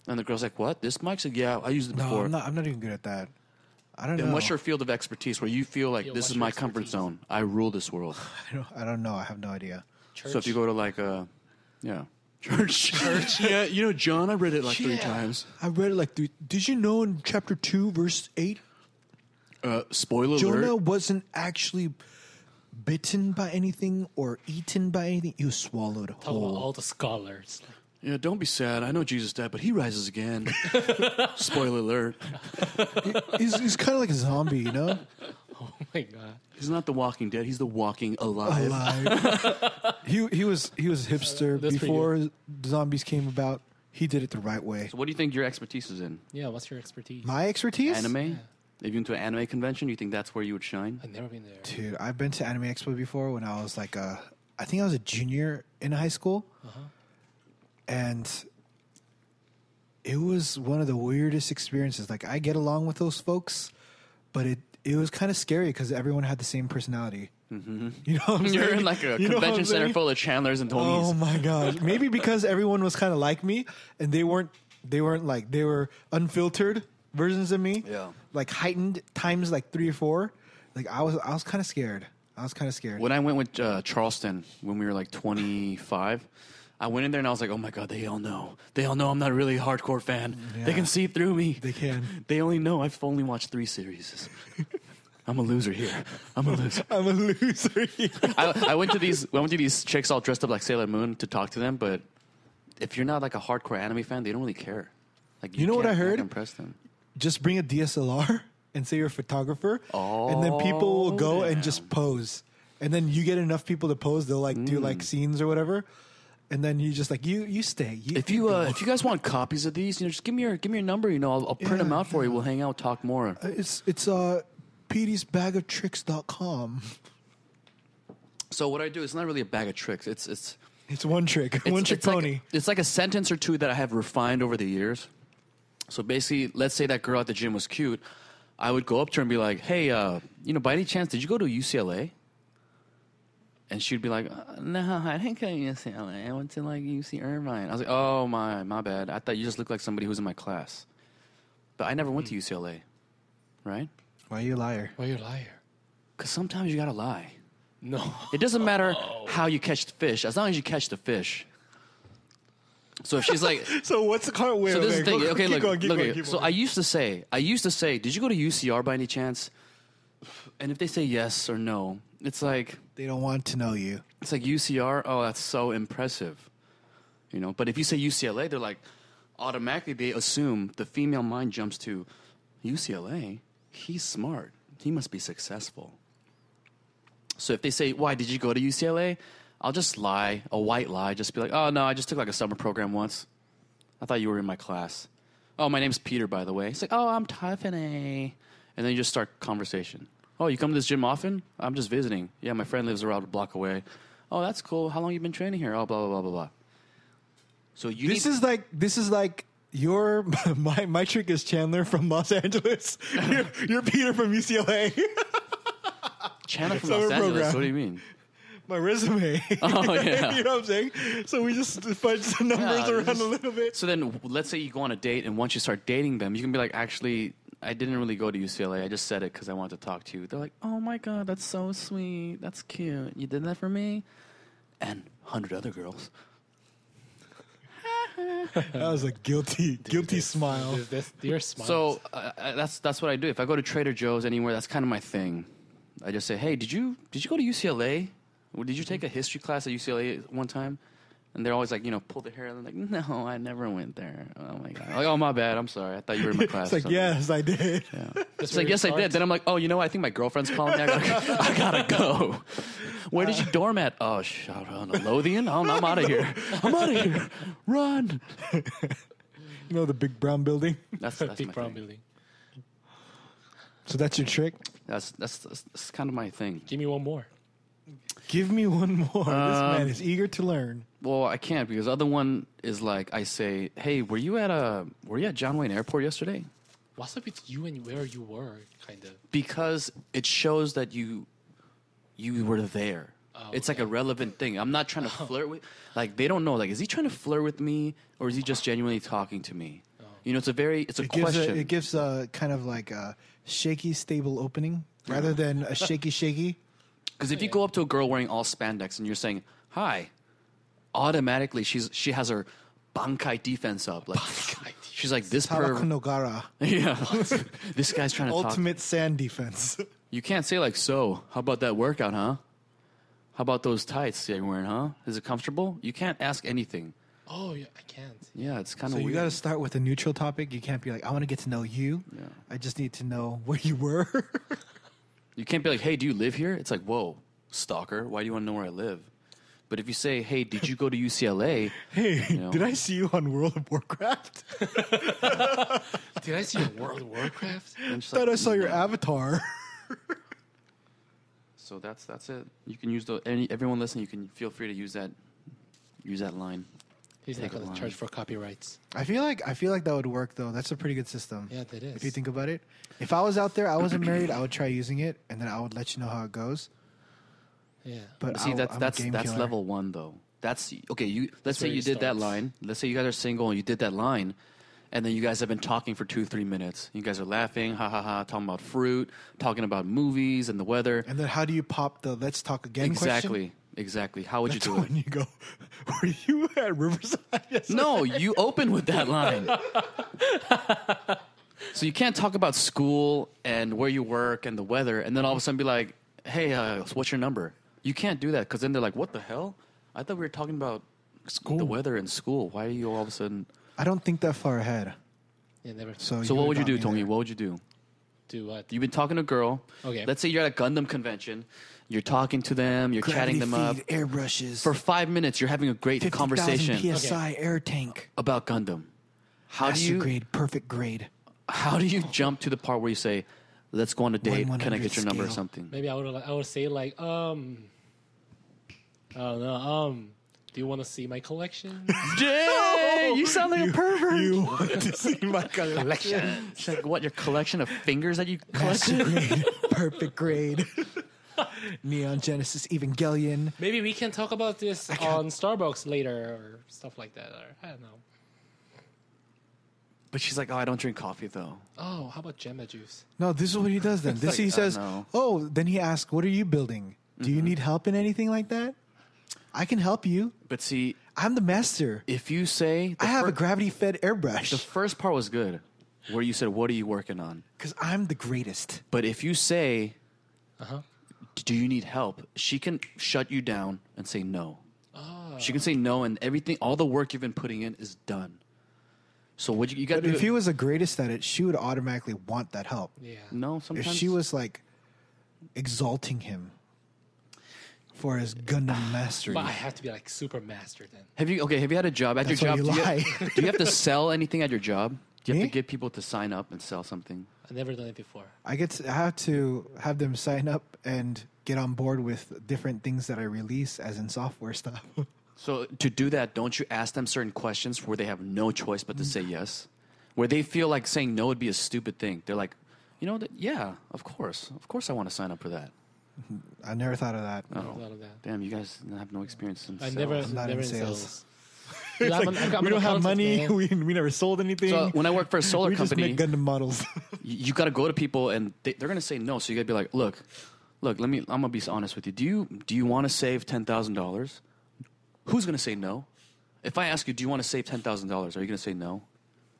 Speaker 2: And the girl's like, "What? This mic's like, yeah, I used it
Speaker 1: no,
Speaker 2: before."
Speaker 1: I'm not. I'm not even good at that. I don't
Speaker 2: And
Speaker 1: know.
Speaker 2: what's your field of expertise where you feel like
Speaker 3: Yeah,
Speaker 2: this
Speaker 3: what's
Speaker 2: is
Speaker 3: your
Speaker 2: my comfort
Speaker 3: expertise?
Speaker 2: zone? I rule this world.
Speaker 1: [LAUGHS]
Speaker 3: [SIGHS]
Speaker 1: I don't, I don't know. I have no idea.
Speaker 3: Church.
Speaker 2: So if you go to like a, yeah, [LAUGHS] church, church, yeah, you know, John, I read it like three
Speaker 3: Yeah.
Speaker 2: times.
Speaker 1: I read it like, th- did you know in chapter two, verse eight,
Speaker 2: Uh, spoiler
Speaker 1: Jonah
Speaker 2: alert.
Speaker 1: wasn't actually bitten by anything or eaten by anything. He was swallowed
Speaker 3: Talk about
Speaker 1: whole.
Speaker 3: all the scholars. [LAUGHS]
Speaker 2: Yeah, don't be sad. I know Jesus died, but he rises again. [LAUGHS] spoiler alert.
Speaker 1: he's he's kind of like a zombie, you know,
Speaker 3: Oh my god.
Speaker 2: He's not the Walking Dead. He's the Walking Alive.
Speaker 1: alive.
Speaker 2: [LAUGHS]
Speaker 1: he he was he was a hipster
Speaker 3: That's pretty
Speaker 1: before zombies came about. He did it the right way.
Speaker 2: So what do you think your expertise is in?
Speaker 3: Yeah. What's your expertise?
Speaker 1: My expertise,
Speaker 2: Anime? If you went to an anime convention, you think that's where you would shine?
Speaker 3: I've never been there.
Speaker 1: dude. I've been to Anime Expo before when I was like a, I think I was a junior in high school,
Speaker 2: Uh-huh.
Speaker 1: and it was one of the weirdest experiences. Like I get along with those folks, but it it was kind of scary because everyone had the same personality. You know, what I'm
Speaker 2: Mm-hmm. [LAUGHS] You're
Speaker 1: saying?
Speaker 2: in like a
Speaker 1: [LAUGHS] You know what
Speaker 2: convention
Speaker 1: I'm
Speaker 2: center
Speaker 1: saying?
Speaker 2: full of Chandlers and
Speaker 1: Oh
Speaker 2: Tonys.
Speaker 1: my god! Maybe because everyone was kind of like me, and they weren't. They weren't like they were unfiltered versions of me.
Speaker 2: Yeah.
Speaker 1: like heightened times like three or four. Like I was, I was kind of scared. I was kind of scared.
Speaker 2: When I went with uh, Charleston when we were like 25, I went in there and I was like, oh my God, they all know. They all know I'm not really a hardcore fan. They
Speaker 1: Yeah.
Speaker 2: can see through me.
Speaker 1: They can.
Speaker 2: They only know I've only watched three
Speaker 1: [LAUGHS]
Speaker 2: series. I'm a loser here. I'm a loser.
Speaker 1: I'm a loser. here.
Speaker 2: I, I went to these. I went to these chicks all dressed up like Sailor Moon to talk to them. But if you're not like a hardcore anime fan, they don't really care. Like
Speaker 1: You know what
Speaker 2: can't- you're
Speaker 1: I
Speaker 2: not
Speaker 1: heard?
Speaker 2: gonna Impress them.
Speaker 1: just bring a DSLR and say you're a photographer, and then people
Speaker 2: Oh,
Speaker 1: will go and just pose. And then you get enough people to pose, they'll like do
Speaker 2: Mm.
Speaker 1: like scenes or whatever. And then you just like you you stay. You
Speaker 2: If you uh, if you guys want copies of these, you know, just give me your give me your number. You know, I'll, I'll print
Speaker 1: Yeah,
Speaker 2: them out for you. We'll hang out, talk more.
Speaker 1: it's it's uh Petey's bag of tricks.com.
Speaker 2: So what I do, it's not really a bag of tricks. It's it's.
Speaker 1: It's one trick.
Speaker 2: it's
Speaker 1: one trick
Speaker 2: it's like-
Speaker 1: pony.
Speaker 2: it's like a sentence or two that I have refined over the years. So basically, let's say that girl at the gym was cute. I would go up to her and be like, "Hey, uh, you know, by any chance, did you go to UCLA?" And she'd be like, uh, "No, I didn't go to UCLA. I went to like UC Irvine." I was like, "Oh my, my bad. I thought you just looked like somebody who's in my class, but I never went to UCLA, right?
Speaker 1: Why you a liar?
Speaker 3: [LAUGHS] Well, you're a liar.
Speaker 2: Because sometimes you gotta lie.
Speaker 3: No.
Speaker 2: It doesn't matter how you catch the fish, as long as you catch the fish." So if she's like,
Speaker 1: So what's the car? Wait,
Speaker 2: so this is
Speaker 1: wait,
Speaker 2: the thing.
Speaker 1: go-
Speaker 2: okay,
Speaker 1: keep
Speaker 2: look,
Speaker 1: going, keep
Speaker 2: look.
Speaker 1: going,
Speaker 2: at-
Speaker 1: keep
Speaker 2: so
Speaker 1: going.
Speaker 2: I used to say, I used to say, did you go to UCR by any chance? And if they say yes or no, it's like
Speaker 1: they don't want to know you.
Speaker 2: it's like UCR. Oh, that's so impressive, you know. But if you say UCLA, they're like automatically they assume the female mind jumps to UCLA. He's smart. He must be successful. So if they say, "Why did you go to UCLA?" I'll just lie, a white lie, just be like, "Oh no, I just took like a summer program once. I thought you were in my class." Oh, my name's Peter, by the way. It's like, "Oh, I'm Tiffany," and then you just start conversation. Oh, you come to this gym often? I'm just visiting. Yeah, my friend lives around a block away. Oh, that's cool. How long you been training here? Oh, blah blah blah blah blah. So you
Speaker 1: This
Speaker 2: need-
Speaker 1: is like this is like your [LAUGHS] my my trick is Chandler from Los Angeles. [LAUGHS] you're, you're Peter from UCLA. [LAUGHS]
Speaker 2: Chandler from
Speaker 1: summer
Speaker 2: Los Angeles.
Speaker 1: program.
Speaker 2: What do you mean?
Speaker 1: [LAUGHS] my resume.
Speaker 2: Oh, yeah.
Speaker 1: [LAUGHS] you know what I'm saying? So we just fudge the numbers
Speaker 2: Yeah,
Speaker 1: around
Speaker 2: just-
Speaker 1: a little
Speaker 2: [LAUGHS]
Speaker 1: bit.
Speaker 2: So then, let's say you go on a date, and once you start dating them, you can be like, actually, I didn't really go to UCLA. I just said it because I wanted to talk to you. They're like, oh my God, that's so sweet. That's cute. You did that for me? And 100 other girls.
Speaker 1: That was a guilty guilty smile.
Speaker 3: Is this your smile?
Speaker 2: So uh, uh, that's that's what I do. If I go to Trader Joe's anywhere, that's kind of my thing. I just say, "Hey, did you did you go to UCLA? Or did you take
Speaker 1: Mm-hmm.
Speaker 2: a history class at UCLA at one time?" And they're always like, you know, pull the hair, and they're like, "No, I never went there." Oh my god! Like, oh my bad. I'm sorry. I thought you were in my
Speaker 1: [LAUGHS]
Speaker 2: class.
Speaker 1: [LAUGHS] It's
Speaker 2: or
Speaker 1: like
Speaker 2: something."
Speaker 1: yes, I did.
Speaker 3: That's
Speaker 2: It's like,
Speaker 3: where
Speaker 2: yes,
Speaker 3: it
Speaker 2: I did.
Speaker 3: starts?
Speaker 2: Then I'm like, oh, you know, what? I think my girlfriend's calling me. I gotta, [LAUGHS] I gotta go. Where did you dorm at? Oh, shit, on a Lothian? Oh, I'm out of here. I'm out of here.
Speaker 1: [LAUGHS]
Speaker 2: Run.
Speaker 1: You know the big brown building.
Speaker 2: That's, that's
Speaker 3: Big
Speaker 2: my
Speaker 3: brown
Speaker 2: thing.
Speaker 3: building.
Speaker 1: So that's your trick.
Speaker 2: That's, that's, that's, that's kind of my thing.
Speaker 3: Give me one more.
Speaker 1: Give me one [LAUGHS] more. this man is eager to learn.
Speaker 2: Well, I can't because the other one is like, I say, hey, were you at a, were you at John Wayne Airport yesterday?
Speaker 3: What's up with you and where you were, kind of?
Speaker 2: because it shows that you you were there. it's like a relevant thing. I'm not trying to flirt with like they don't know like is he trying to flirt with me or is he just genuinely talking to me? You know, it's a very it's a
Speaker 1: It gives
Speaker 2: question.
Speaker 1: a, it gives a kind of like a shaky stable opening rather than a shaky shaky.
Speaker 2: Because if you go up to a girl wearing all spandex and you're saying hi, automatically she's she has her bankai defense up. Like she's like this perv.
Speaker 1: Tarakunogara,
Speaker 2: [LAUGHS] Yeah, [LAUGHS] this guy's trying to talk.
Speaker 1: ultimate sand defense.
Speaker 2: You can't say like, so, how about that workout, huh? How about those tights that you're wearing, huh? Is it comfortable? You can't ask anything.
Speaker 3: Oh, yeah, I can't.
Speaker 2: Yeah, it's kind of
Speaker 1: So you
Speaker 2: weird.
Speaker 1: got to start with a neutral topic. You can't be like, I want to get to know you. I just need to know where you were. [LAUGHS]
Speaker 2: You can't be like, hey, do you live here? It's like, whoa, stalker, why do you want to know where I live? But if you say, hey, did you go to
Speaker 1: [LAUGHS]
Speaker 2: UCLA?
Speaker 1: hey,
Speaker 2: know.
Speaker 1: did I see you on World of Warcraft? [LAUGHS]
Speaker 3: Did I see a World of Warcraft?
Speaker 2: I'm just
Speaker 1: Thought
Speaker 2: like,
Speaker 1: I saw your
Speaker 2: "No."
Speaker 1: avatar.
Speaker 2: So that's that's it. You can use the any, everyone listening. You can feel free to use that use that line.
Speaker 3: He's not
Speaker 2: Take a
Speaker 3: going
Speaker 2: line.
Speaker 3: to charge for copyrights.
Speaker 1: [LAUGHS] I feel like I feel like that would work though. That's a pretty good system.
Speaker 3: Yeah, that
Speaker 1: If
Speaker 3: is.
Speaker 1: you think about it, if I was out there, I wasn't married, I would try using it, and then I would let you know how it goes.
Speaker 3: Yeah.
Speaker 1: But
Speaker 2: See,
Speaker 1: I'll-
Speaker 2: that's
Speaker 1: I'm a
Speaker 2: that's
Speaker 1: game
Speaker 2: that's
Speaker 1: killer.
Speaker 2: level one though. That's okay. You let's say
Speaker 3: where
Speaker 2: you,
Speaker 3: it
Speaker 2: did that
Speaker 3: starts.
Speaker 2: line. Let's say you guys are single and you did that line, and then you guys have been talking for two three minutes. You guys are laughing, ha ha ha, talking about fruit, talking about movies and the weather.
Speaker 1: And then how do you pop the "Let's talk again"?
Speaker 2: exactly, exactly. How would
Speaker 1: Question? [LAUGHS] That's
Speaker 2: you do it?
Speaker 1: when you go. [LAUGHS] Were you at Riverside? [LAUGHS]
Speaker 2: [LAUGHS]
Speaker 1: Yes.
Speaker 2: No, you open with that line. so you can't talk about school and where you work and the weather, and then all of a sudden be like, "Hey, uh, what's your number?" You can't do that because then they're like, "What the hell? I thought we were talking about school, the weather, and school. Why are you all of a sudden?"
Speaker 1: I don't think that far ahead.
Speaker 3: Yeah, never.
Speaker 1: So,
Speaker 2: So what would you
Speaker 1: got
Speaker 2: do,
Speaker 1: me there.
Speaker 2: Tony? What would you do?
Speaker 3: do what?
Speaker 2: You've been talking to a girl.
Speaker 3: Okay.
Speaker 2: Let's say you're at a Gundam convention. You're talking to them. You're chatting
Speaker 1: Gravity
Speaker 2: them up
Speaker 1: feed, airbrushes
Speaker 2: for five minutes. You're having a great
Speaker 1: 50,000
Speaker 2: conversation
Speaker 1: PSI air tank.
Speaker 2: about Gundam. How do
Speaker 1: Master
Speaker 2: you
Speaker 1: grade, perfect grade.
Speaker 2: how do you jump to the part where you say, "Let's go on a date. Can I
Speaker 1: 100
Speaker 2: get your number or
Speaker 1: scale.
Speaker 3: [LAUGHS]
Speaker 2: something?"
Speaker 3: Maybe I would I would say like um I don't know um do you want to see my collection?
Speaker 2: Yay! you sound like a pervert.
Speaker 1: [LAUGHS]
Speaker 2: [LAUGHS]
Speaker 1: You want to see my
Speaker 3: collection.
Speaker 2: It's like what your collection of fingers that you
Speaker 1: [LAUGHS] Master
Speaker 2: collected.
Speaker 1: grade, perfect grade. [LAUGHS] Neon Genesis Evangelion.
Speaker 3: Maybe we can talk about this on Starbucks later or stuff like that. Or I don't know.
Speaker 2: But she's like, "Oh, I don't drink coffee though."
Speaker 3: Oh, how about Gemma juice?
Speaker 1: No, this is what he does then. This
Speaker 2: like,
Speaker 1: he
Speaker 2: uh,
Speaker 1: says,
Speaker 2: no.
Speaker 1: "Oh, then he
Speaker 2: Mm-hmm.
Speaker 1: asks, "What are you building? Do you need help in anything like that?" I can help you.
Speaker 2: But see,
Speaker 1: I'm the master.
Speaker 2: If you say the
Speaker 1: I have a
Speaker 2: fir-
Speaker 1: gravity fed
Speaker 2: the
Speaker 1: airbrush
Speaker 2: first part was good, where you said, "What are you working on?"
Speaker 1: because I'm the greatest.
Speaker 2: But if you say,
Speaker 3: Uh-huh.
Speaker 2: "Do you need help?" She can shut you down and say no. She can say no, and everything, all the work you've been putting in is done. So what you, you got
Speaker 1: But
Speaker 2: to do?
Speaker 1: if he was the greatest at it, she would automatically want that help.
Speaker 3: Yeah.
Speaker 2: no,
Speaker 1: If
Speaker 2: sometimes
Speaker 1: she was like exalting him for his
Speaker 2: Ah,
Speaker 1: Gundam mastery,
Speaker 3: But I have to be like super master then.
Speaker 2: Have you okay? Have you had a job at
Speaker 1: That's
Speaker 2: your
Speaker 1: why
Speaker 2: job?
Speaker 1: you
Speaker 2: do,
Speaker 1: lie.
Speaker 2: Have, [LAUGHS] do you have to sell anything at your job? Do you have
Speaker 1: Me?
Speaker 2: to get people to sign up and sell something?
Speaker 3: I've never done it before.
Speaker 1: I get to I have to have them sign up and get on board with different things that I release, as in software stuff. [LAUGHS]
Speaker 2: So to do that, don't you ask them certain questions where they have no choice but to say yes? Where they feel like saying no would be a stupid thing. They're like, you know, that, yeah, of course, of course, I want to sign up for that.
Speaker 1: I never thought of that.
Speaker 3: I've done of that.
Speaker 2: Damn, you guys have no experience in
Speaker 3: I
Speaker 2: sales.
Speaker 3: never,
Speaker 1: I'm not
Speaker 3: never
Speaker 1: in
Speaker 3: in
Speaker 1: sales.
Speaker 3: sales. Yeah, I'm an- I'm an
Speaker 1: we don't have
Speaker 3: accountant,
Speaker 1: money. [LAUGHS]
Speaker 3: man.
Speaker 1: We, we never sold anything.
Speaker 2: So when I worked
Speaker 1: [LAUGHS]
Speaker 2: for a solar
Speaker 1: we
Speaker 2: company,
Speaker 1: just make Gundam models. [LAUGHS]
Speaker 2: you, you got to go to people and they, they're going to say no. So you got to be like, look, look, let me. I'm gonna be honest with you. Do you do you want to save ten thousand dollars? Who's going to say no? If I ask you, do you want to save ten thousand dollars? Are you going to say no?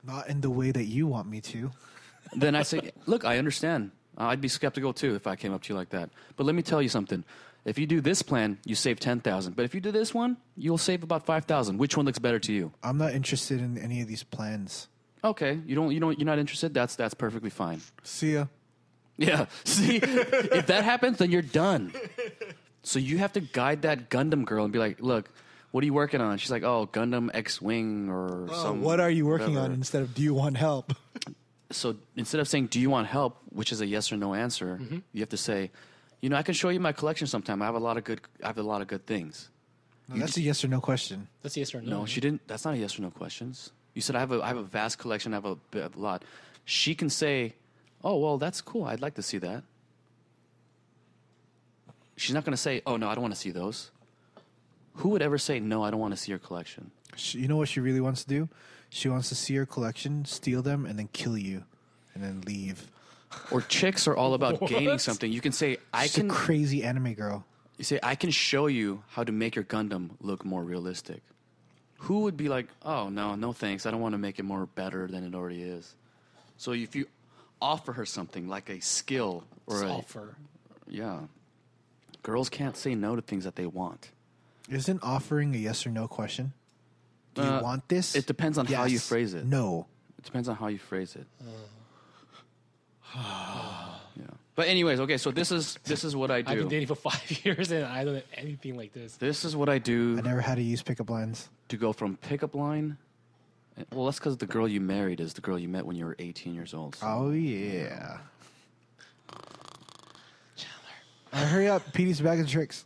Speaker 1: Not in the way that you want me to.
Speaker 2: Then I say, [LAUGHS] look, I understand. Uh, I'd be skeptical too if I came up to you like that. But let me tell you something. If you do this plan, you save ten thousand. But if you do this one, you'll save about five thousand. Which one looks better to you?
Speaker 1: I'm not interested in any of these plans.
Speaker 2: Okay, you don't, you don't, you're not interested. That's that's perfectly fine.
Speaker 1: See ya.
Speaker 2: Yeah. [LAUGHS] See, if that happens, then you're done. So you have to guide that Gundam girl and be like, look, what are you working on? She's like, oh, Gundam X Wing or
Speaker 1: Oh,
Speaker 2: some.
Speaker 1: what are you working
Speaker 2: whatever.
Speaker 1: on instead of do you want help? [LAUGHS]
Speaker 2: So instead of saying, do you want help, which is a yes or no answer,
Speaker 1: Mm-hmm.
Speaker 2: you have to say, you know, I can show you my collection sometime. I have a lot of good. I have a lot of good things.
Speaker 1: No, that's a yes or no question.
Speaker 3: That's a yes or no.
Speaker 2: No,
Speaker 1: Mm-hmm.
Speaker 2: she didn't. That's not a yes or no questions. You said I have a I have a vast collection. I have a, b- a lot. She can say, "Oh well, that's cool. I'd like to see that." She's not going to say, "Oh no, I don't want to see those." Who would ever say, "No, I don't want to see your collection"?
Speaker 1: She, you know what she really wants to do? She wants to see your collection, steal them, and then kill you, and then leave.
Speaker 2: Or chicks are all
Speaker 1: [LAUGHS]
Speaker 2: about gaining something. You can say, "I
Speaker 1: She's a
Speaker 2: can."
Speaker 1: crazy anime girl.
Speaker 2: You say, "I can show you how to make your Gundam look more realistic." Who would be like, "Oh no, no thanks. I don't want to make it more better than it already is." So if you offer her something like a skill or a,
Speaker 3: offer.
Speaker 2: Yeah. Girls can't say no to things that they want.
Speaker 1: Isn't offering a yes or no question? Do you
Speaker 2: Uh,
Speaker 1: want this?
Speaker 2: It depends on how you
Speaker 1: Yes.
Speaker 2: phrase it.
Speaker 1: No.
Speaker 2: It depends on how you phrase it. [SIGHS] yeah. But anyways, okay, so this is this is what I
Speaker 3: Uh. I've been
Speaker 2: do.
Speaker 3: dating for [LAUGHS] five years and I don't have anything like this.
Speaker 2: This is what I do
Speaker 1: I never had to use pickup lines.
Speaker 2: to go from pickup line. Well, that's because the girl you married is the girl you met when you were 18 years old. so-
Speaker 1: Oh yeah. Uh, hurry up, Petey's back and tricks.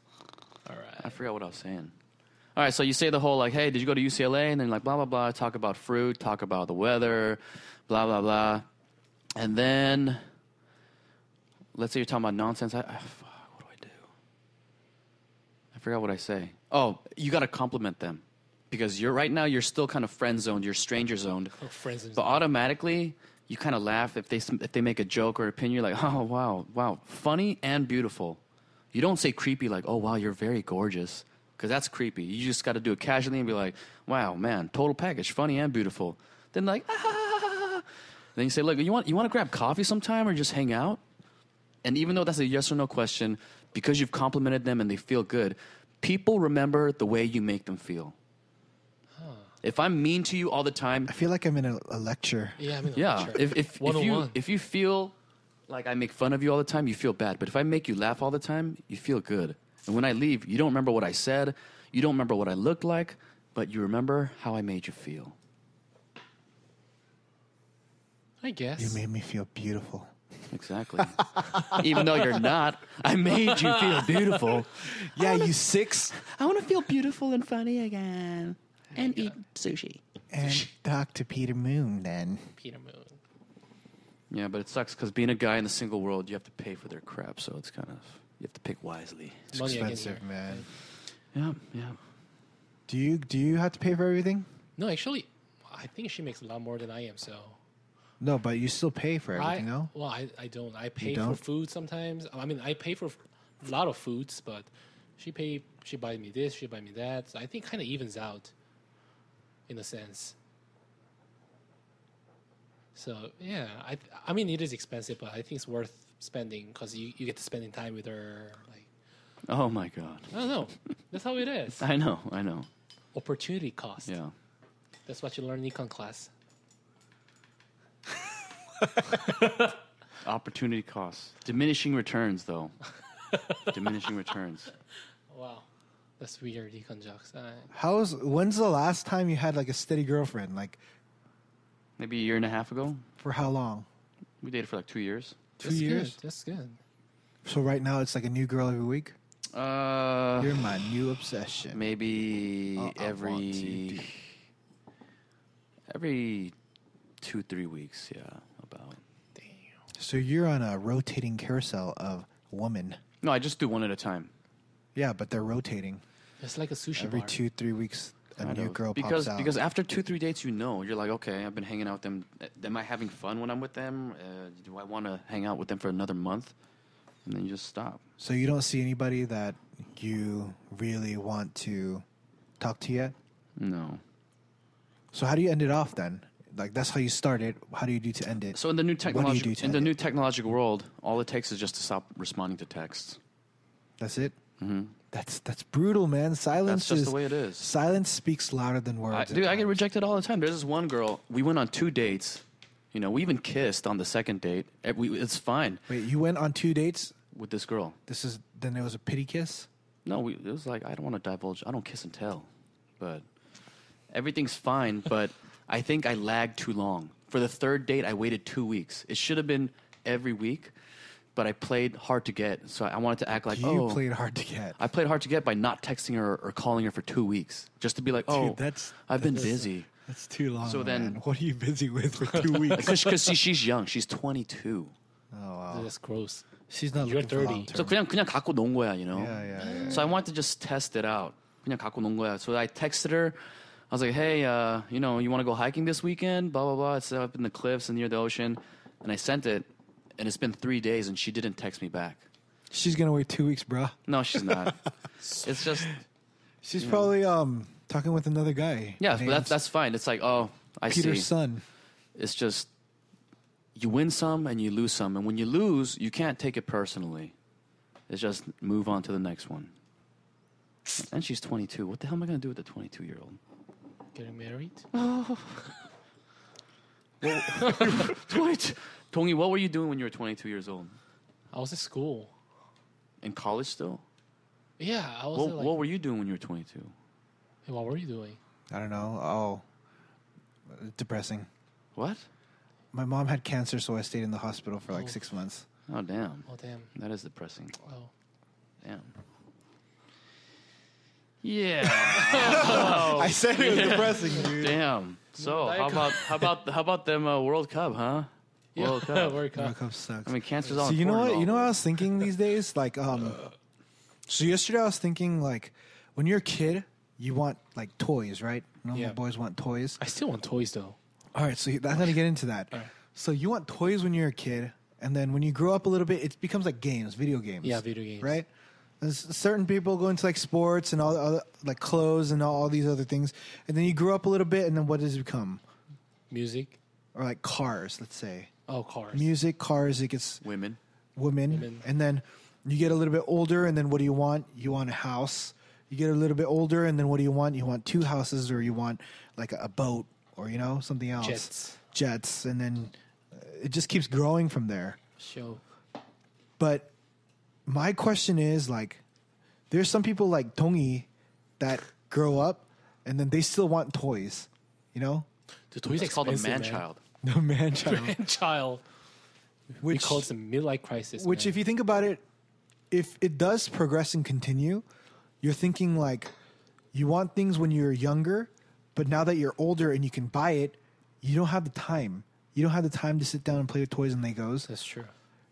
Speaker 3: All right.
Speaker 2: I forgot what I was saying. All right, so you say the whole like, "Hey, did you go to UCLA?" and then like blah blah blah, talk about fruit, talk about the weather, blah blah blah, and then let's say you're talking about nonsense. I, I fuck, what do I do? I forgot what I say. Oh, you got to compliment them because you're right now you're still kind of friend zoned, you're stranger zoned,
Speaker 3: Or friends. and-
Speaker 2: but automatically you kind of laugh if they if they make a joke or opinion. You're like, [LAUGHS] "Oh wow, wow, funny and beautiful." You don't say creepy like, "Oh wow, you're very gorgeous," because that's creepy. You just got to do it casually and be like, "Wow, man, total package, funny and beautiful." Then like, [LAUGHS] ah. then you say, "Look, you want you want to grab coffee sometime or just hang out?" And even though that's a yes or no question, because you've complimented them and they feel good, people remember the way you make them feel. If I'm mean to you all the time,
Speaker 1: I feel like I'm in a, a lecture.
Speaker 3: yeah, I mean,
Speaker 2: yeah. If if, if you
Speaker 3: 101.
Speaker 2: if you feel like I make fun of you all the time, you feel bad. But if I make you laugh all the time, you feel good. And when I leave, you don't remember what I said, you don't remember what I looked like, but you remember how I made you feel.
Speaker 3: I guess.
Speaker 1: You made me feel beautiful.
Speaker 2: [LAUGHS] Exactly. Even though you're not, I made you feel beautiful.
Speaker 1: Yeah, you six
Speaker 2: I want to feel beautiful and funny again, and eat sushi.
Speaker 1: and Doctor Peter Moon. Then
Speaker 3: Peter Moon.
Speaker 2: Yeah, but it sucks because being a guy in the single world, you have to pay for their crap. So it's kind of you have to pick wisely.
Speaker 1: it's
Speaker 3: Money again
Speaker 1: expensive,
Speaker 3: here.
Speaker 1: man.
Speaker 2: Yeah, yeah.
Speaker 1: Do you do you have to pay for everything?
Speaker 3: No, actually, I think she makes a lot more than I am. So
Speaker 1: No, but you still pay for everything,
Speaker 3: I
Speaker 1: no?
Speaker 3: well, I, I don't. I pay
Speaker 1: don't?
Speaker 3: for food sometimes. I mean, I pay for a lot of foods, but she pay she buy me this, she buy me that. So I think kind of evens out. in a sense. So yeah, I th- I mean it is expensive, but I think it's worth spending because you, you get to spending time with her. Like
Speaker 2: Oh my god.
Speaker 3: I don't know, that's how it
Speaker 1: [LAUGHS]
Speaker 3: is.
Speaker 2: I know. I know.
Speaker 3: Opportunity cost.
Speaker 2: Yeah.
Speaker 3: That's what you learn in econ class.
Speaker 2: Opportunity costs. Diminishing returns, though. [LAUGHS] Diminishing returns.
Speaker 3: Wow, that's weird econ jokes. Uh,
Speaker 1: How's when's the last time you had like a steady girlfriend? Like
Speaker 2: Maybe a year and a half ago,
Speaker 1: for how long?
Speaker 2: we dated for like two years.
Speaker 1: Two
Speaker 3: that's
Speaker 1: years.
Speaker 3: Good. That's good.
Speaker 1: So right now it's like a new girl every week.
Speaker 2: Uh,
Speaker 1: You're my new obsession.
Speaker 2: maybe
Speaker 1: Uh, I want to
Speaker 2: every
Speaker 1: do-
Speaker 2: every two three weeks. Yeah, about.
Speaker 1: So you're on a rotating carousel of women.
Speaker 2: No, I just do one at a time.
Speaker 1: Yeah, but they're rotating
Speaker 3: It's like a sushi
Speaker 1: every
Speaker 3: bar.
Speaker 1: two, three weeks. A
Speaker 2: I
Speaker 1: new
Speaker 2: know.
Speaker 1: girl
Speaker 2: because
Speaker 1: pops out.
Speaker 2: because after two three dates, you know you're like, okay, I've been hanging out with them. Am I having fun when I'm with them? Uh, do I want to hang out with them for another month? And then you just stop.
Speaker 1: so you don't see anybody that you really want to talk to yet.
Speaker 2: No.
Speaker 1: So how do you end it off then? Like that's how you start it. How do you do to end it?
Speaker 2: So in the new
Speaker 1: do you do
Speaker 2: technology
Speaker 1: to
Speaker 2: in the
Speaker 1: end
Speaker 2: new
Speaker 1: it?
Speaker 2: technological world, all it takes is just to stop responding to texts.
Speaker 1: That's it. That's that's brutal, man.
Speaker 2: Mm-hmm. That's
Speaker 1: Silence
Speaker 2: just
Speaker 1: is
Speaker 2: the way it is.
Speaker 1: Silence speaks louder than words.
Speaker 2: I,
Speaker 1: at
Speaker 2: dude, I get
Speaker 1: times.
Speaker 2: rejected all the time. There's this one girl. We went on two dates. You know, we even kissed on the second date. Eh, we- it's fine
Speaker 1: Wait, you went on two dates.
Speaker 2: with this girl.
Speaker 1: This is then there was a pity kiss.
Speaker 2: No, we, it was like I don't want to divulge. I don't kiss and tell, but everything's fine. [LAUGHS] But I think I lagged too long. For the third date, I waited two weeks. It should have been every week, but I played hard to get. So I wanted to act like
Speaker 1: You
Speaker 2: oh,
Speaker 1: played hard to get.
Speaker 2: I played hard to get by not texting her or calling her for two weeks, just to be like, oh,
Speaker 1: that's-
Speaker 2: I've been
Speaker 1: that's-
Speaker 2: busy.
Speaker 1: That's too long.
Speaker 2: So then-
Speaker 1: man. what are you busy with for
Speaker 2: [LAUGHS]
Speaker 1: two weeks?
Speaker 2: Because see, she's young. She's 22.
Speaker 1: Oh wow,
Speaker 3: That's gross.
Speaker 1: she's not
Speaker 3: You're
Speaker 1: looking for
Speaker 3: 30.
Speaker 1: long
Speaker 2: So
Speaker 1: term.
Speaker 2: 그냥 그냥 갖고 논 거야, you know.
Speaker 1: yeah, yeah, yeah.
Speaker 2: So I wanted to just test it out. 그냥 갖고 논 거야. So I texted her. I was like, hey, uh, you know, you want to go hiking this weekend? Blah blah blah. It's up in the cliffs and near the ocean. And I sent it, and it's been three days, and she didn't text me back.
Speaker 1: She's gonna wait two weeks, bruh.
Speaker 2: No, she's
Speaker 1: [LAUGHS]
Speaker 2: not. it's just
Speaker 1: She's probably um talking with another
Speaker 2: Mm.
Speaker 1: guy.
Speaker 2: yeah, but
Speaker 1: Name's
Speaker 2: that's that's fine. It's like oh, I
Speaker 1: Peter's
Speaker 2: see.
Speaker 1: son.
Speaker 2: It's just you win some and you lose some, and when you lose, you can't take it personally. It's just move on to the next one. And she's 22. What the hell am I gonna do with a 22 year old?
Speaker 3: Getting married?
Speaker 2: 22. Tony, [LAUGHS] what were you doing when you were 22 years old?
Speaker 3: I was at school.
Speaker 2: In college still?
Speaker 3: Yeah, I was
Speaker 2: What,
Speaker 3: at, like,
Speaker 2: what were you doing when you were 22?
Speaker 3: Hey, what were you doing?
Speaker 1: I don't know. Oh, depressing.
Speaker 2: What?
Speaker 1: My mom had cancer, so I stayed in the hospital for like
Speaker 3: Oh.
Speaker 1: six months.
Speaker 2: Oh, damn.
Speaker 3: Oh damn.
Speaker 2: That is depressing.
Speaker 3: Oh.
Speaker 2: Damn.
Speaker 1: [LAUGHS]
Speaker 2: Yeah. Oh.
Speaker 1: I said it
Speaker 2: [LAUGHS]
Speaker 1: was depressing, dude.
Speaker 2: damn. So, how about how about how about them uh, World Cup,
Speaker 1: [LAUGHS]
Speaker 2: huh? World
Speaker 3: [LAUGHS]
Speaker 2: Cup.
Speaker 3: World Cup.
Speaker 1: World Cup sucks.
Speaker 2: I mean, cancer's all
Speaker 1: so you know
Speaker 2: important
Speaker 1: what? You
Speaker 2: and
Speaker 1: know
Speaker 2: all.
Speaker 1: what I was thinking these days. Like, um,
Speaker 2: Uh.
Speaker 1: so yesterday I was thinking like, when you're a kid, you want like toys, right? Normal
Speaker 3: Yeah.
Speaker 1: boys want toys.
Speaker 3: I still want toys though.
Speaker 1: All right, so you- I'm gonna get into that.
Speaker 3: All right.
Speaker 1: So you want toys when you're a kid, and then when you grow up a little bit, it becomes like games, video games.
Speaker 3: Yeah, video games.
Speaker 1: Right. There's certain people go into like sports and all the other, like clothes and all, all these other things, and then you grow up a little bit, and then what does it become?
Speaker 3: Music.
Speaker 1: Or like cars, let's say
Speaker 3: Oh cars.
Speaker 1: music, cars. It gets
Speaker 2: Women.
Speaker 1: women,
Speaker 3: Women.
Speaker 1: and then you get a little bit older, and then what do you want? You want a house. You get a little bit older, and then what do you want? You want two houses, or you want like a, a boat, or you know something else.
Speaker 3: Jets.
Speaker 1: jets, and then uh, it just keeps growing from there.
Speaker 3: Show.
Speaker 1: But my question is like, there's some people like Tongi that grow up, and then they still want toys. You know, [LAUGHS]
Speaker 3: The toys
Speaker 2: It's called a man
Speaker 3: [LAUGHS]
Speaker 2: child.
Speaker 1: no man child.
Speaker 3: Man child.
Speaker 1: Which
Speaker 3: We call it the midlife crisis.
Speaker 1: Which,
Speaker 3: man.
Speaker 1: if you think about it, if it does progress and continue, you're thinking like you want things when you're younger, but now that you're older and you can buy it, you don't have the time. You don't have the time to sit down and play with toys and Legos
Speaker 3: that's true.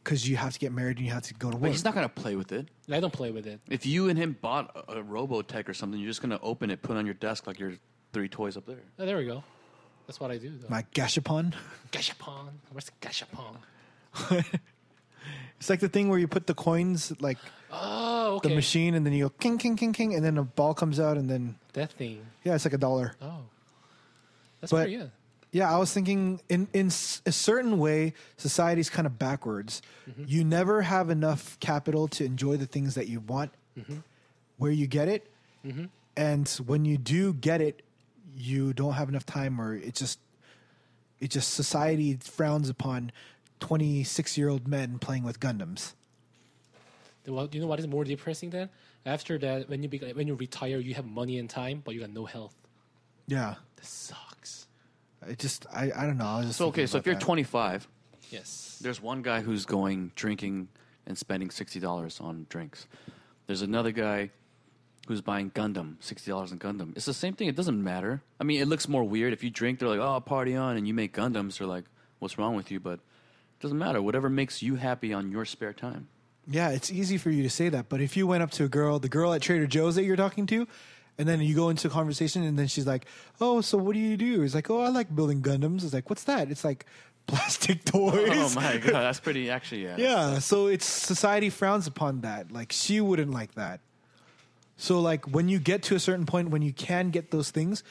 Speaker 1: because you have to get married and you have to go to
Speaker 2: But
Speaker 1: work.
Speaker 2: he's not gonna play with it.
Speaker 3: I don't play with it.
Speaker 2: If you and him bought a, a Robotech or something, you're just gonna open it, put it on your desk like your three toys up there.
Speaker 3: Oh, there we go. That's what I do though.
Speaker 1: My gashapon. [LAUGHS]
Speaker 3: Gashapon. What's Gashapon?
Speaker 1: It's like the thing where you put the coins like
Speaker 3: Oh,
Speaker 1: the
Speaker 3: okay.
Speaker 1: machine and then you go king king king king and then a ball comes out and then
Speaker 3: that thing.
Speaker 1: yeah, it's like a dollar.
Speaker 3: Oh. That's
Speaker 1: But-
Speaker 3: pretty, yeah.
Speaker 1: Yeah, I was thinking in in s- a certain way, society's kind of backwards.
Speaker 2: Mm-hmm.
Speaker 1: You never have enough capital to enjoy the things that you want,
Speaker 2: Mm-hmm.
Speaker 1: where you get it, and when you do get it, you don't have enough time, or it just it just society frowns upon twenty six year old men playing with Gundams.
Speaker 3: Well, you know what is more depressing then? After that, when you be, when you retire, you have money and time, but you got no health.
Speaker 1: Yeah,
Speaker 3: That sucks.
Speaker 1: it just I I don't know. I was just
Speaker 2: So okay,
Speaker 1: thinking
Speaker 2: so if
Speaker 1: about
Speaker 2: you're
Speaker 1: that.
Speaker 2: 25,
Speaker 3: Yes.
Speaker 2: there's one guy who's going drinking and spending sixty dollars on drinks. There's another guy who's buying Gundam, sixty dollars on Gundam. It's the same thing. It doesn't matter. I mean, it looks more weird if you drink. They're like, "Oh, party on," and you make Gundams. They're like, "What's wrong with you?" But it doesn't matter. Whatever makes you happy on your spare time.
Speaker 1: Yeah, it's easy for you to say that, but if you went up to a girl, the girl at Trader Joe's that you're talking to, and then you go into a conversation, and then she's like, "Oh, so what do you do?" It's like, "Oh, I like building Gundams." It's like, "What's that?" It's like [LAUGHS] plastic toys.
Speaker 2: Oh [LAUGHS] my god, that's pretty. Actually, yeah.
Speaker 1: Yeah, so it's society frowns upon that. Like she wouldn't like that. So like when you get to a certain point when you can get those things,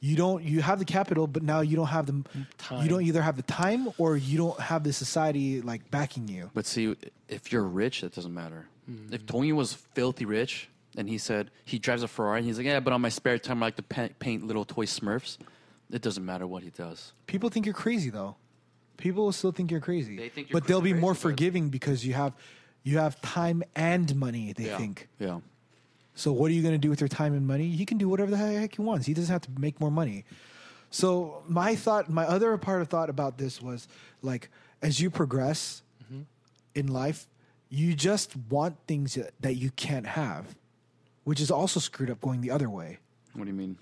Speaker 1: you don't you have the capital, but now you don't have the
Speaker 3: Time.
Speaker 1: you don't either have the time or you don't have the society like backing you.
Speaker 2: But see, if you're rich, that doesn't matter. If Tony was filthy rich and he said he drives a Ferrari and he's like, yeah, but on my spare time I like to pa- paint little toy Smurfs, it doesn't matter what he does.
Speaker 1: People think you're crazy though. People will still think you're crazy.
Speaker 2: They think you're
Speaker 1: but they'll be
Speaker 2: crazy,
Speaker 1: more
Speaker 2: but-
Speaker 1: forgiving because you have you have time and money, they think.
Speaker 2: Yeah.
Speaker 1: So what are you going to do with your time and money? He can do whatever the heck he wants. He doesn't have to make more money. So my thought, my other part of thought about this was like, as you progress
Speaker 2: Mm-hmm.
Speaker 1: in life, you just want things that- that you can't have, which is also screwed up going the other way.
Speaker 2: What do you mean?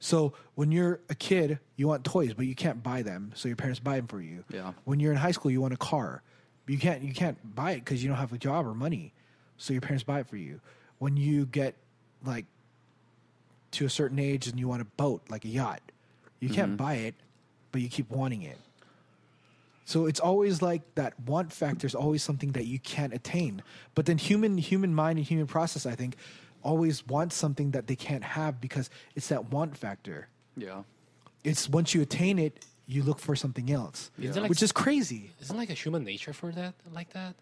Speaker 1: So when you're a kid, you want toys, but you can't buy them, so your parents buy them for you.
Speaker 2: Yeah.
Speaker 1: When you're in high school, you want a car, but you can't you can't buy it because you don't have a job or money, so your parents buy it for you. When you get like to a certain age and you want a boat, like a yacht, you can't buy it, but you keep wanting it. So it's always like that want factor is always something that you can't attain. But then human human mind and human process, I think, always wants something that they can't have because it's that want factor.
Speaker 2: Yeah.
Speaker 1: It's once you attain it, you look for something else,
Speaker 3: Is it like-
Speaker 1: which is crazy.
Speaker 3: Isn't like a human nature for that like that?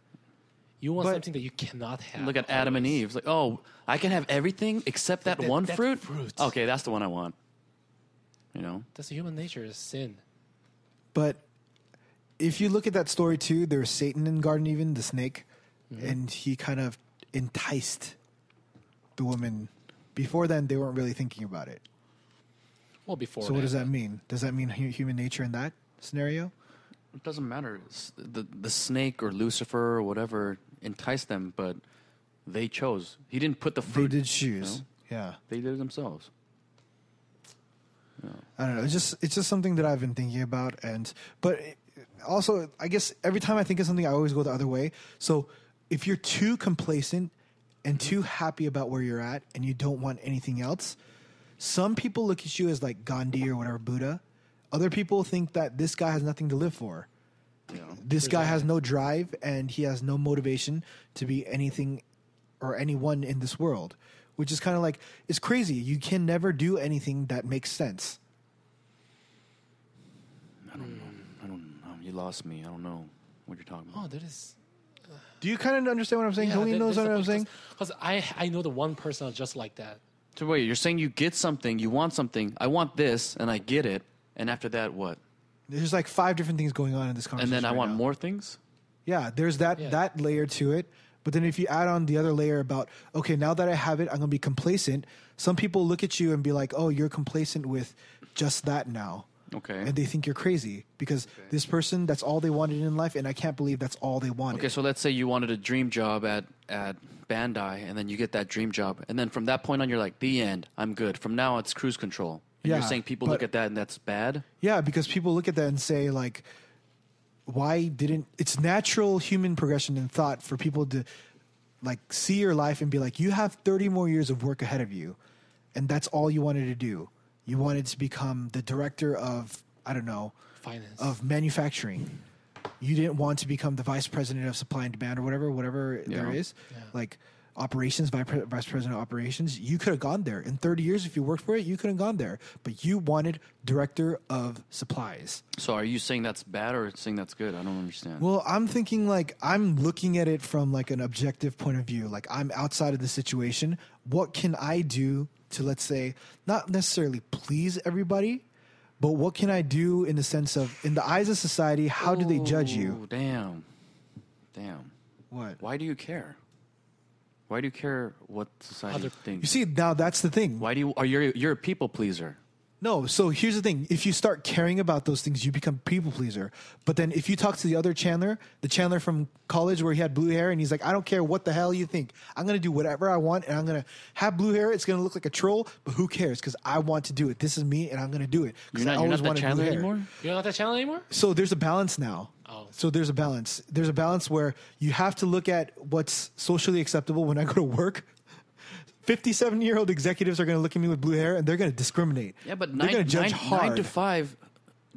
Speaker 3: You want
Speaker 1: But-
Speaker 3: something that you cannot have.
Speaker 2: Look at Adam and
Speaker 3: always.
Speaker 2: Eve. It's like, oh, I can have everything except that,
Speaker 3: That-
Speaker 2: one
Speaker 3: that
Speaker 2: fruit?
Speaker 3: fruit.
Speaker 2: Okay, that's the one I want. You know?
Speaker 3: That's human nature is sin.
Speaker 1: But if you look at that story too, there's Satan in Garden Eden, the snake,
Speaker 3: Mm-hmm.
Speaker 1: and he kind of enticed the woman. Before then, they weren't really thinking about it.
Speaker 3: Well, before.
Speaker 1: So what does that mean? Does that mean hu- human nature in that scenario?
Speaker 2: It doesn't matter. S- The, the snake or Lucifer or whatever enticed them, but they chose. He didn't put the
Speaker 1: They
Speaker 2: fruit.
Speaker 1: did choose. Yeah.
Speaker 2: They did it themselves.
Speaker 1: I don't know. It's just it's just something that I've been thinking about, and but it- also I guess every time I think of something, I always go the other way. So if you're too complacent and too happy about where you're at, and you don't want anything else, some people look at you as like Gandhi or whatever Buddha. Other people think that this guy has nothing to live for. This guy has no drive and he has no motivation to be anything or anyone in this world, which is kind of like it's crazy. You can never do anything that makes sense.
Speaker 2: I don't know. You lost me. I don't know what you're talking
Speaker 3: Oh,
Speaker 2: about.
Speaker 3: that is.
Speaker 1: Do you kind of understand what I'm saying? Tony knows what I'm saying.
Speaker 3: Because I I know the one person that's just like that.
Speaker 2: So wait, you're saying you get something, you want something, I want this, and I get it, and after that, what?
Speaker 1: There's like five different things going on in this
Speaker 2: And
Speaker 1: conversation.
Speaker 2: then I
Speaker 1: right
Speaker 2: want
Speaker 1: now.
Speaker 2: more things.
Speaker 1: Yeah, there's that
Speaker 3: Yeah.
Speaker 1: that layer to it. But then if you add on the other layer about okay, now that I have it, I'm gonna be complacent. Some people look at you and be like, oh, you're complacent with just that now.
Speaker 2: Okay.
Speaker 1: And they think you're crazy because this person, that's all they wanted in life, and I can't believe that's all they wanted.
Speaker 2: Okay, so let's say you wanted a dream job at at Bandai, and then you get that dream job, and then from that point on, you're like, the end. I'm good. From now, on, it's cruise control. And
Speaker 1: Yeah,
Speaker 2: you're saying people look
Speaker 1: but-
Speaker 2: at that and that's bad.
Speaker 1: Yeah, because people look at that and say like, why didn't it's natural human progression in thought for people to like see your life and be like, you have 30 more years of work ahead of you, and that's all you wanted to do. You wanted to become the director of I don't know
Speaker 3: Finance.
Speaker 1: of manufacturing. You didn't want to become the vice president of supply and demand or whatever, whatever there
Speaker 2: Yeah.
Speaker 1: is. Like, operations, vice pre- vice president of operations, you could have gone there. In 30 years, if you worked for it, you could have gone there. But you wanted director of supplies.
Speaker 2: So are you saying that's bad or saying that's good? I don't understand.
Speaker 1: Well, I'm thinking like I'm looking at it from like an objective point of view. Like I'm outside of the situation. What can I do to let's say not necessarily please everybody, but what can I do in the sense of in the eyes of society, how do they judge you?
Speaker 2: Ooh, Damn. Damn.
Speaker 1: What?
Speaker 2: Why do you care? Why do you care what society
Speaker 3: Other-
Speaker 1: You
Speaker 2: thinks?
Speaker 1: see, now that's the thing.
Speaker 2: Why do you are you you're a people pleaser?
Speaker 1: No, so here's the thing. If you start caring about those things, you become people pleaser. But then if you talk to the other Chandler, the Chandler from college where he had blue hair and he's like, I don't care what the hell you think. I'm going to do whatever I want and I'm going to have blue hair. It's going to look like a troll, but who cares? Because I want to do it. This is me and I'm going to do it. 'Cause
Speaker 2: You're not,
Speaker 1: I
Speaker 2: you're not the
Speaker 1: wanted blue
Speaker 2: Chandler
Speaker 1: hair.
Speaker 2: anymore?
Speaker 3: You're not that channel anymore.
Speaker 1: So there's a balance now.
Speaker 3: Oh.
Speaker 1: So there's a balance. There's a balance where you have to look at what's socially acceptable when I go to work. 57 year old executives are going to look at me with blue hair and they're going to discriminate.
Speaker 2: Yeah, but
Speaker 1: they're
Speaker 2: nine,
Speaker 1: going to judge
Speaker 2: nine-
Speaker 1: hard.
Speaker 2: nine to five,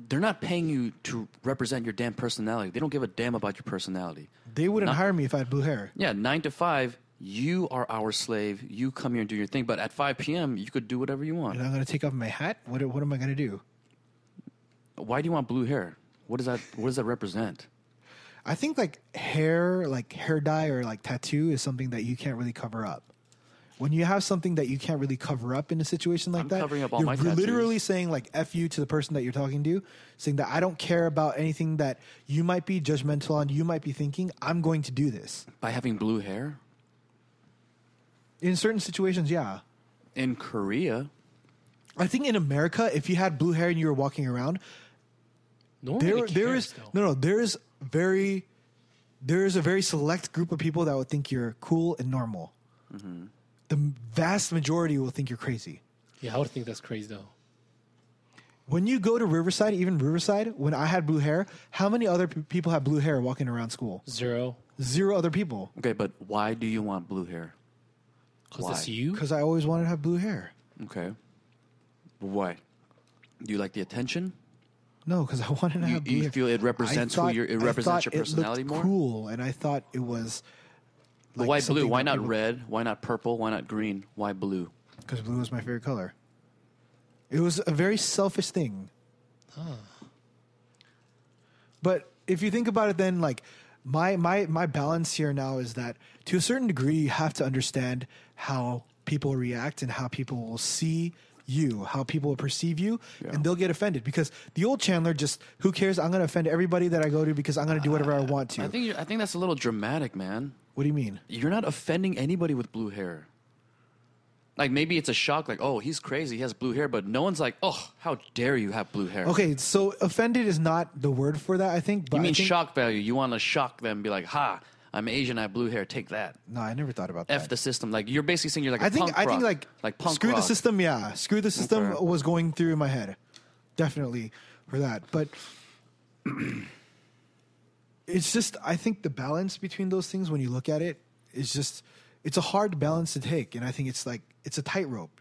Speaker 2: they're not paying you to represent your damn personality. They don't give a damn about your personality.
Speaker 1: They wouldn't
Speaker 2: Not-
Speaker 1: hire me if I had blue hair.
Speaker 2: Yeah, nine to five, you are our slave. You come here and do your thing. But at five p.m., you could do whatever you want.
Speaker 1: And I'm going to take off my hat. What, what am I going to do?
Speaker 2: Why do you want blue hair? What does that What does that represent?
Speaker 1: I think like hair, like hair dye or like tattoo is something that you can't really cover up. When you have something that you can't really cover up in a situation like
Speaker 2: I'm
Speaker 1: that,
Speaker 2: covering up all
Speaker 1: you're
Speaker 2: my
Speaker 1: re- literally
Speaker 2: tattoos.
Speaker 1: saying like "f you" to the person that you're talking to, saying that I don't care about anything that you might be judgmental on, you might be thinking. I'm going to do this
Speaker 2: By having blue hair
Speaker 1: in certain situations. Yeah,
Speaker 2: in Korea,
Speaker 1: I think in America, if you had blue hair and you were walking around,
Speaker 3: No one
Speaker 1: there
Speaker 3: really
Speaker 1: there
Speaker 3: cares,
Speaker 1: is
Speaker 3: though.
Speaker 1: no no there is very there is a very select group of people that would think you're cool and normal
Speaker 2: Mm-hmm.
Speaker 1: the m- vast majority will think you're crazy
Speaker 3: Yeah, I would think that's crazy though.
Speaker 1: when you go to riverside even riverside when i had blue hair how many other p- people have blue hair walking around school
Speaker 3: Zero,
Speaker 1: zero other people
Speaker 2: okay. But why do you want blue hair?
Speaker 3: because
Speaker 2: Why?
Speaker 3: it's you.
Speaker 1: because i always wanted to have blue hair
Speaker 2: Okay. Why? Do you like the attention?
Speaker 1: no because i wanted to
Speaker 2: You-
Speaker 1: have blue
Speaker 2: you
Speaker 1: hair.
Speaker 2: feel it
Speaker 1: I
Speaker 2: represents who you're- it
Speaker 1: I
Speaker 2: represents
Speaker 1: thought
Speaker 2: your
Speaker 1: it looked
Speaker 2: personality more?
Speaker 1: cool and i thought it was
Speaker 2: But why blue? Why not
Speaker 1: red?
Speaker 2: red? Why not purple? Why not green? Why blue?
Speaker 1: Because blue was my favorite color. It was a very selfish thing. But if you think about it, then like my my my balance here now is that to a certain degree you have to understand how people react and how people will see you, how people will perceive you, and they'll get offended because the old Chandler just who cares? I'm going to offend everybody that I go to because I'm going to do whatever I want to.
Speaker 2: Uh, I think you- I think that's a little dramatic, man.
Speaker 1: what do you mean?
Speaker 2: You're not offending anybody with blue hair. Like maybe it's a shock, like oh he's crazy, he has blue hair, but no one's like oh how dare you have blue hair.
Speaker 1: Okay, so offended is not the word for that. I think. But
Speaker 2: you
Speaker 1: I
Speaker 2: mean
Speaker 1: think-
Speaker 2: shock value? You want to shock them, be like ha I'm Asian, I have blue hair, take that.
Speaker 1: No, I never thought about that.
Speaker 2: F the system. Like you're basically saying you're like a
Speaker 1: I think
Speaker 2: punk
Speaker 1: I think
Speaker 2: rock.
Speaker 1: like
Speaker 2: like punk
Speaker 1: screw the
Speaker 2: rock.
Speaker 1: system. Yeah, screw the system
Speaker 2: Okay.
Speaker 1: was going through my head, definitely for that. But [CLEARS THROAT] it's just I think the balance between those things when you look at it is just it's a hard balance to take, and I think it's like it's a tightrope.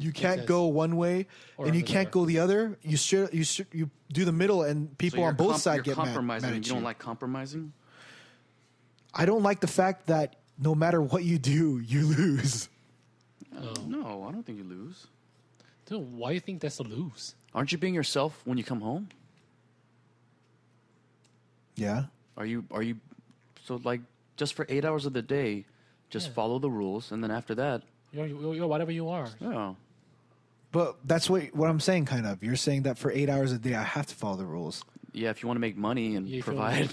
Speaker 1: you can't
Speaker 3: is.
Speaker 1: go one way
Speaker 3: Or
Speaker 1: and you
Speaker 3: another.
Speaker 1: can't go the other. You str- you str- you do the middle, and
Speaker 2: So
Speaker 1: people
Speaker 2: you're
Speaker 1: on both
Speaker 2: comp-
Speaker 1: sides
Speaker 2: you're
Speaker 1: get mad-
Speaker 2: compromising.
Speaker 1: mad. at
Speaker 2: you don't like compromising.
Speaker 1: I don't like the fact that no matter what you do, you lose. [LAUGHS]
Speaker 2: No, I don't think you lose.
Speaker 3: Dude, why do you think that's a lose?
Speaker 2: Aren't you being yourself when you come home?
Speaker 1: Yeah.
Speaker 2: Are you are you so like just for eight hours of the day, just follow the rules, and then after that,
Speaker 3: You're, you're, you're whatever you are.
Speaker 1: Oh.
Speaker 2: yeah,
Speaker 1: But that's what what I'm saying. Kind of, you're saying that for eight hours a day, I have to follow the rules.
Speaker 2: yeah. If you want to make money and
Speaker 3: Yeah, if you wanna
Speaker 2: provide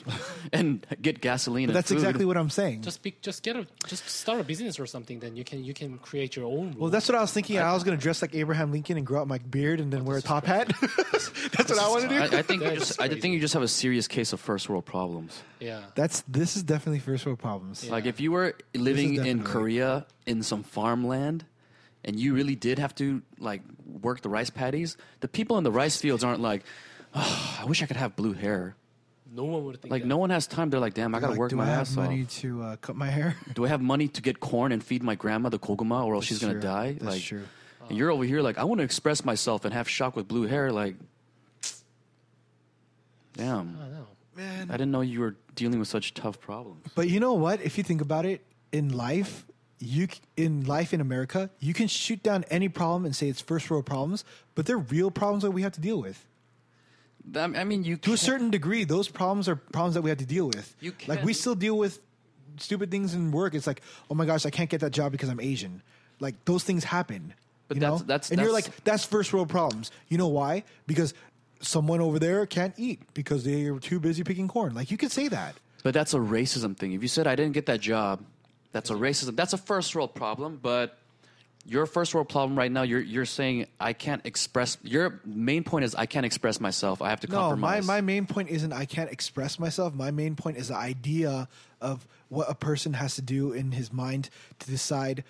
Speaker 2: [LAUGHS] and get gasoline,
Speaker 1: But
Speaker 2: and
Speaker 1: that's
Speaker 2: food,
Speaker 1: exactly what I'm saying.
Speaker 3: Just be, just get a, just start a business or something. Then you can, you can create your own. Rules.
Speaker 1: well, that's what I was thinking. I was going to dress like Abraham Lincoln and grow out my beard and then wear a top hat. [LAUGHS] that's what I want to do.
Speaker 2: I, I think you
Speaker 3: That's
Speaker 2: just I
Speaker 3: crazy.
Speaker 2: think you just have a serious case of first world problems.
Speaker 3: yeah.
Speaker 1: That's this is definitely first world problems.
Speaker 3: Yeah.
Speaker 2: Like if you were living in
Speaker 1: definitely-
Speaker 2: Korea in some farmland. And you really did have to like work the rice paddies. The people in the rice fields aren't like, oh, I wish I could have blue hair.
Speaker 3: no one would think
Speaker 2: Like
Speaker 3: that.
Speaker 2: no one has time. They're like, damn, I gotta
Speaker 1: Like,
Speaker 2: work
Speaker 1: do
Speaker 2: my
Speaker 1: I have
Speaker 2: ass
Speaker 1: money
Speaker 2: off.
Speaker 1: to uh, cut my hair? [LAUGHS]
Speaker 2: Do I have money to get corn and feed my grandma the koguma, or else she's gonna
Speaker 1: true.
Speaker 2: die?
Speaker 1: That's
Speaker 2: like,
Speaker 1: true.
Speaker 2: and you're over here like, I want to express myself and have shock with blue hair. Like, damn,
Speaker 3: I don't know.
Speaker 2: I didn't know you were dealing with such tough problems.
Speaker 1: But you know what? If you think about it, in life, you c- in life in America, you can shoot down any problem and say it's first world problems, but they're real problems that we have to deal with.
Speaker 2: That- I mean, you
Speaker 1: To a
Speaker 2: can't-
Speaker 1: certain degree, those problems are problems that we have to deal with.
Speaker 2: You
Speaker 1: like we
Speaker 2: can-
Speaker 1: still deal with stupid things in work. It's like, oh my gosh, I can't get that job because I'm Asian. Like those things happen.
Speaker 2: But
Speaker 1: you
Speaker 2: that's-
Speaker 1: know?
Speaker 2: that's-
Speaker 1: and you're
Speaker 2: that's-
Speaker 1: like, that's first world problems. You know why? Because someone over there can't eat because they are too busy picking corn. Like you could say that.
Speaker 2: But that's a racism thing. If you said I didn't get that job, that's a racism. That's a first world problem. But your first world problem right now, you're you're saying I can't express. Your main point is I can't express myself. I have to
Speaker 1: No, my,
Speaker 2: compromise.
Speaker 1: my main point isn't I can't express myself. My main point is the idea of what a person has to do in his mind to decide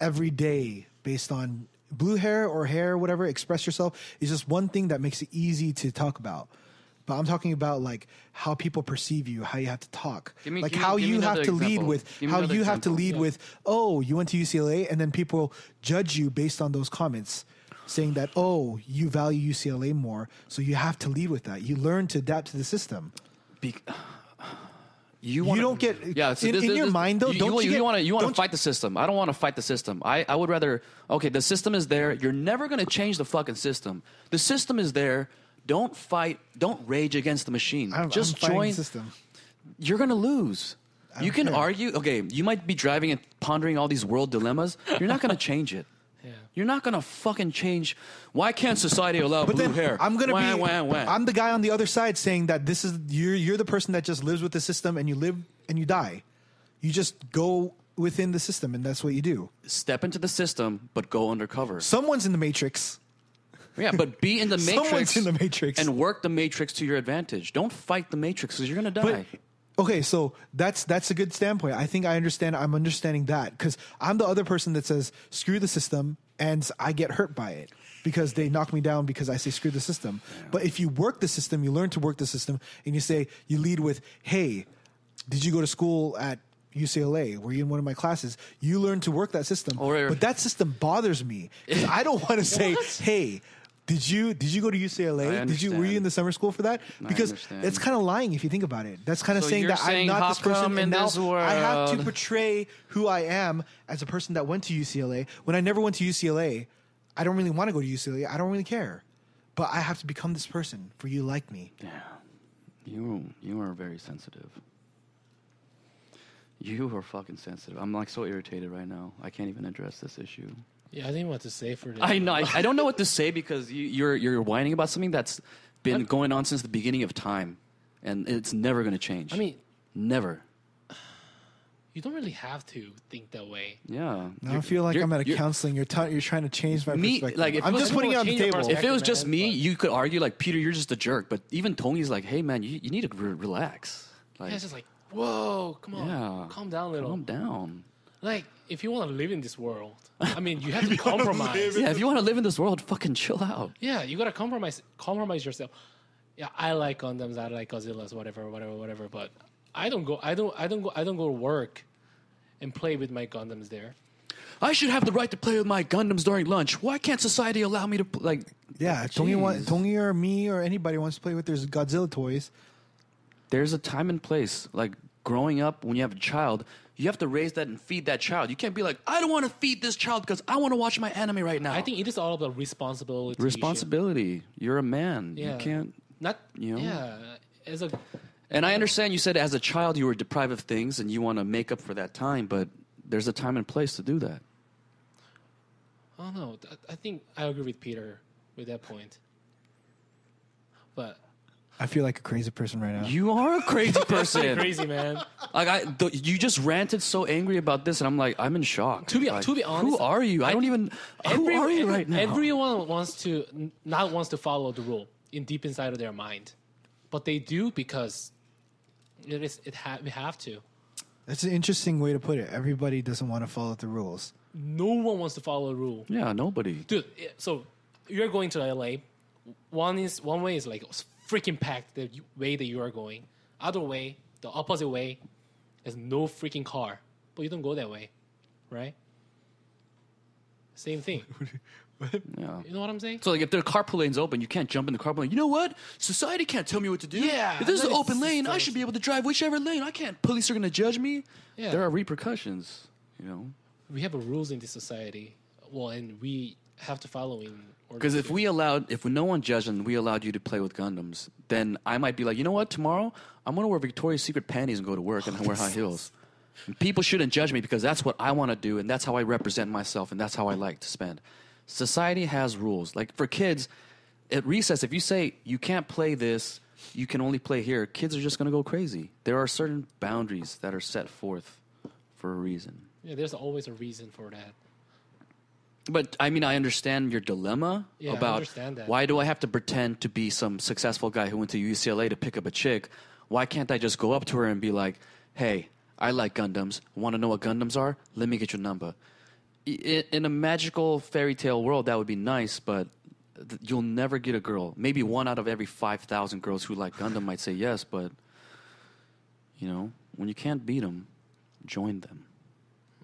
Speaker 1: every day based on blue hair or hair, whatever, express yourself is just one thing that makes it easy to talk about. But I'm talking about like how people perceive you, how you have to talk,
Speaker 2: Give me-
Speaker 1: like
Speaker 2: give me-
Speaker 1: how
Speaker 2: give me
Speaker 1: you have
Speaker 2: another
Speaker 1: to lead
Speaker 2: example.
Speaker 1: with,
Speaker 2: Give me
Speaker 1: how you
Speaker 2: another
Speaker 1: have to
Speaker 2: example.
Speaker 1: lead with, oh, you went to UCLA, and then people judge you based on those comments, saying that, oh, you value UCLA more, so you have to lead with that. You learn to adapt to the system.
Speaker 2: Be- [SIGHS] you,
Speaker 1: You
Speaker 2: wanna-
Speaker 1: don't get-
Speaker 2: yeah so
Speaker 1: in-
Speaker 2: this-
Speaker 1: in
Speaker 2: this-
Speaker 1: your
Speaker 2: this-
Speaker 1: mind, though,
Speaker 2: you,
Speaker 1: don't you get-
Speaker 2: want to you want
Speaker 1: don't
Speaker 2: to fight the system i don't want to fight the system I, I would rather okay the system is there you're never going to change the fucking system the system is there don't fight don't rage against the machine
Speaker 1: I'm,
Speaker 2: just
Speaker 1: I'm fighting the
Speaker 2: join
Speaker 1: system.
Speaker 2: you're gonna lose. You
Speaker 1: don't
Speaker 2: can
Speaker 1: care.
Speaker 2: argue. Okay, you might be driving and pondering all these world dilemmas. You're not gonna change it.
Speaker 3: Yeah.
Speaker 2: You're not gonna fucking change. Why can't society allow
Speaker 1: But
Speaker 2: blue
Speaker 1: then
Speaker 2: hair?
Speaker 1: I'm gonna
Speaker 2: Wah,
Speaker 1: be
Speaker 2: wah, wah.
Speaker 1: I'm the guy on the other side saying that this is you're you're the person that just lives with the system and you live and you die. You just go within the system and that's what you do.
Speaker 2: Step into the system, but go undercover.
Speaker 1: Someone's in the matrix.
Speaker 2: Yeah, but be in the matrix.
Speaker 1: [LAUGHS] Someone's in the matrix.
Speaker 2: and work the matrix to your advantage. Don't fight the matrix because you're gonna die.
Speaker 1: okay, so that's that's a good standpoint. I think I understand. I'm understanding that because I'm the other person that says screw the system, and I get hurt by it because they knock me down because I say screw the system. But if you work the system, you learn to work the system, and you say you lead with, "Hey, did you go to school at?" UCLA, were you in one of my classes? You learn to work that system,
Speaker 2: Or-
Speaker 1: but that system bothers me. 'Cause I don't
Speaker 2: [LAUGHS]
Speaker 1: want to say, "Hey, did you did you go to UCLA?
Speaker 2: I
Speaker 1: Did you were you
Speaker 2: understand.
Speaker 1: in the summer school for that?"
Speaker 2: I
Speaker 1: Because
Speaker 2: understand.
Speaker 1: it's kind of lying if you think about it. That's kind of
Speaker 2: So
Speaker 1: saying
Speaker 2: you're
Speaker 1: that
Speaker 2: saying,
Speaker 1: I'm
Speaker 2: "How
Speaker 1: not this person,
Speaker 2: come
Speaker 1: and
Speaker 2: in
Speaker 1: now
Speaker 2: this
Speaker 1: I have to
Speaker 2: world?"
Speaker 1: portray who I am as a person that went to UCLA when I never went to UCLA. I don't really want to go to UCLA. I don't really care, but I have to become this person for you to like me.
Speaker 2: Yeah, you you are very sensitive. You are fucking sensitive. I'm like so irritated right now. I can't even address this issue.
Speaker 3: Yeah, I didn't want to say for this.
Speaker 2: I know. I, I don't know what to say because you, you're you're whining about something that's been going on since the beginning of time, and it's never going to change.
Speaker 3: I mean,
Speaker 2: never.
Speaker 3: you don't really have to think that way.
Speaker 2: Yeah.
Speaker 1: Now I feel like
Speaker 2: You're-
Speaker 1: I'm at a
Speaker 2: you're-
Speaker 1: counseling. You're t- you're trying to change my
Speaker 2: Me-
Speaker 1: perspective.
Speaker 2: like, if
Speaker 1: I'm
Speaker 2: you-
Speaker 1: just putting it on the
Speaker 3: Change your
Speaker 1: table.
Speaker 3: perspective.
Speaker 2: If it was just
Speaker 3: man,
Speaker 2: me,
Speaker 3: but-
Speaker 2: you could argue like Peter, you're just a jerk. But even Tony's like, hey man, you, you need to re- relax. Like,
Speaker 3: Yeah, it's just like, whoa, come on,
Speaker 2: yeah,
Speaker 3: calm down a little.
Speaker 2: Calm down.
Speaker 3: Like, if you want to live in this world, I mean,
Speaker 2: [LAUGHS]
Speaker 3: you have to compromise.
Speaker 2: Yeah, if you want to live in this world, fucking chill out.
Speaker 3: Yeah, you gotta compromise, compromise yourself. Yeah, I like condoms, I like Godzilla's, whatever, whatever, whatever. But I don't go, I don't, I don't go, I don't go to work and play with my condoms there.
Speaker 2: I should have the right to play with my Gundams during lunch. Why can't society allow me to pl- like?
Speaker 1: yeah, Tongi, want,
Speaker 2: Jeez.
Speaker 1: Tongi or me or anybody wants to play with their Godzilla toys.
Speaker 2: there's a time and place. Like growing up, when you have a child, you have to raise that and feed that child. You can't be like, I don't want to feed this child because I want to watch my anime right now.
Speaker 3: I think it is all about responsibility. issue.
Speaker 2: responsibility. You're a man.
Speaker 3: Yeah.
Speaker 2: You can't.
Speaker 3: Not.
Speaker 2: you know?
Speaker 3: Yeah. As a.
Speaker 2: And I understand you said as a child you were deprived of things and you want to make up for that time, but there's a time and place to do that.
Speaker 3: I don't know. th- I think I agree with Peter with that point. But
Speaker 1: I feel like a crazy person right now.
Speaker 2: You are a
Speaker 3: [LAUGHS]
Speaker 2: crazy person.
Speaker 3: crazy man.
Speaker 2: Like I, th- you just ranted so angry about this, and I'm like, I'm in shock.
Speaker 3: To be-
Speaker 2: Like,
Speaker 3: to be honest,
Speaker 2: who are you? I, don't even. [LAUGHS]
Speaker 3: Every-
Speaker 2: who are you
Speaker 3: every-
Speaker 2: right now?
Speaker 3: Everyone wants to n- not wants to follow the rule in deep inside of their mind, but they do because it is it ha- we have to.
Speaker 1: That's an interesting way to put it. Everybody doesn't want to follow the rules.
Speaker 3: No one wants to follow the rule,
Speaker 2: yeah, nobody.
Speaker 3: dude. i- So you're going to LA. One is one way is like it's freaking packed the you- way that you are going. Other way, the opposite way, there's no freaking car, but you don't go that way, right? Same
Speaker 1: [LAUGHS]
Speaker 3: thing.
Speaker 2: Yeah.
Speaker 3: You know what I'm saying?
Speaker 2: So like if their carpool lane's open, you can't jump in the carpool lane. You know what? Society can't tell me what to do.
Speaker 3: Yeah,
Speaker 2: If there's
Speaker 3: that
Speaker 2: an
Speaker 3: is
Speaker 2: open lane, I
Speaker 3: so-
Speaker 2: should be able to drive whichever lane. I can't. Police are gonna judge me.
Speaker 3: Yeah.
Speaker 2: There are repercussions. You know.
Speaker 3: we have a rules in this society. Well, and we have to follow in order.
Speaker 2: Because if
Speaker 3: to-
Speaker 2: we allowed, if no one judged and we allowed you to play with Gundams, then I might be like, you know what? Tomorrow I'm gonna wear Victoria's Secret panties and go to work and wear high heels. And people shouldn't judge me because that's what I want to do and that's how I represent myself and that's how I like to spend. Society has rules. Like for kids, at recess, if you say you can't play this, you can only play here, kids are just gonna go crazy. There are certain boundaries that are set forth for a reason.
Speaker 3: yeah, there's always a reason for that.
Speaker 2: But I mean, I understand your dilemma
Speaker 3: Yeah, I
Speaker 2: about
Speaker 3: understand that.
Speaker 2: why do I have to pretend to be some successful guy who went to UCLA to pick up a chick? Why can't I just go up to her and be like, "Hey, I like Gundams. Want to know what Gundams are? Let me get your number." I- In a magical fairy tale world, that would be nice, but th- you'll never get a girl. Maybe one out of every five thousand girls who like Gundam might say yes, but you know, when you can't beat them, join them.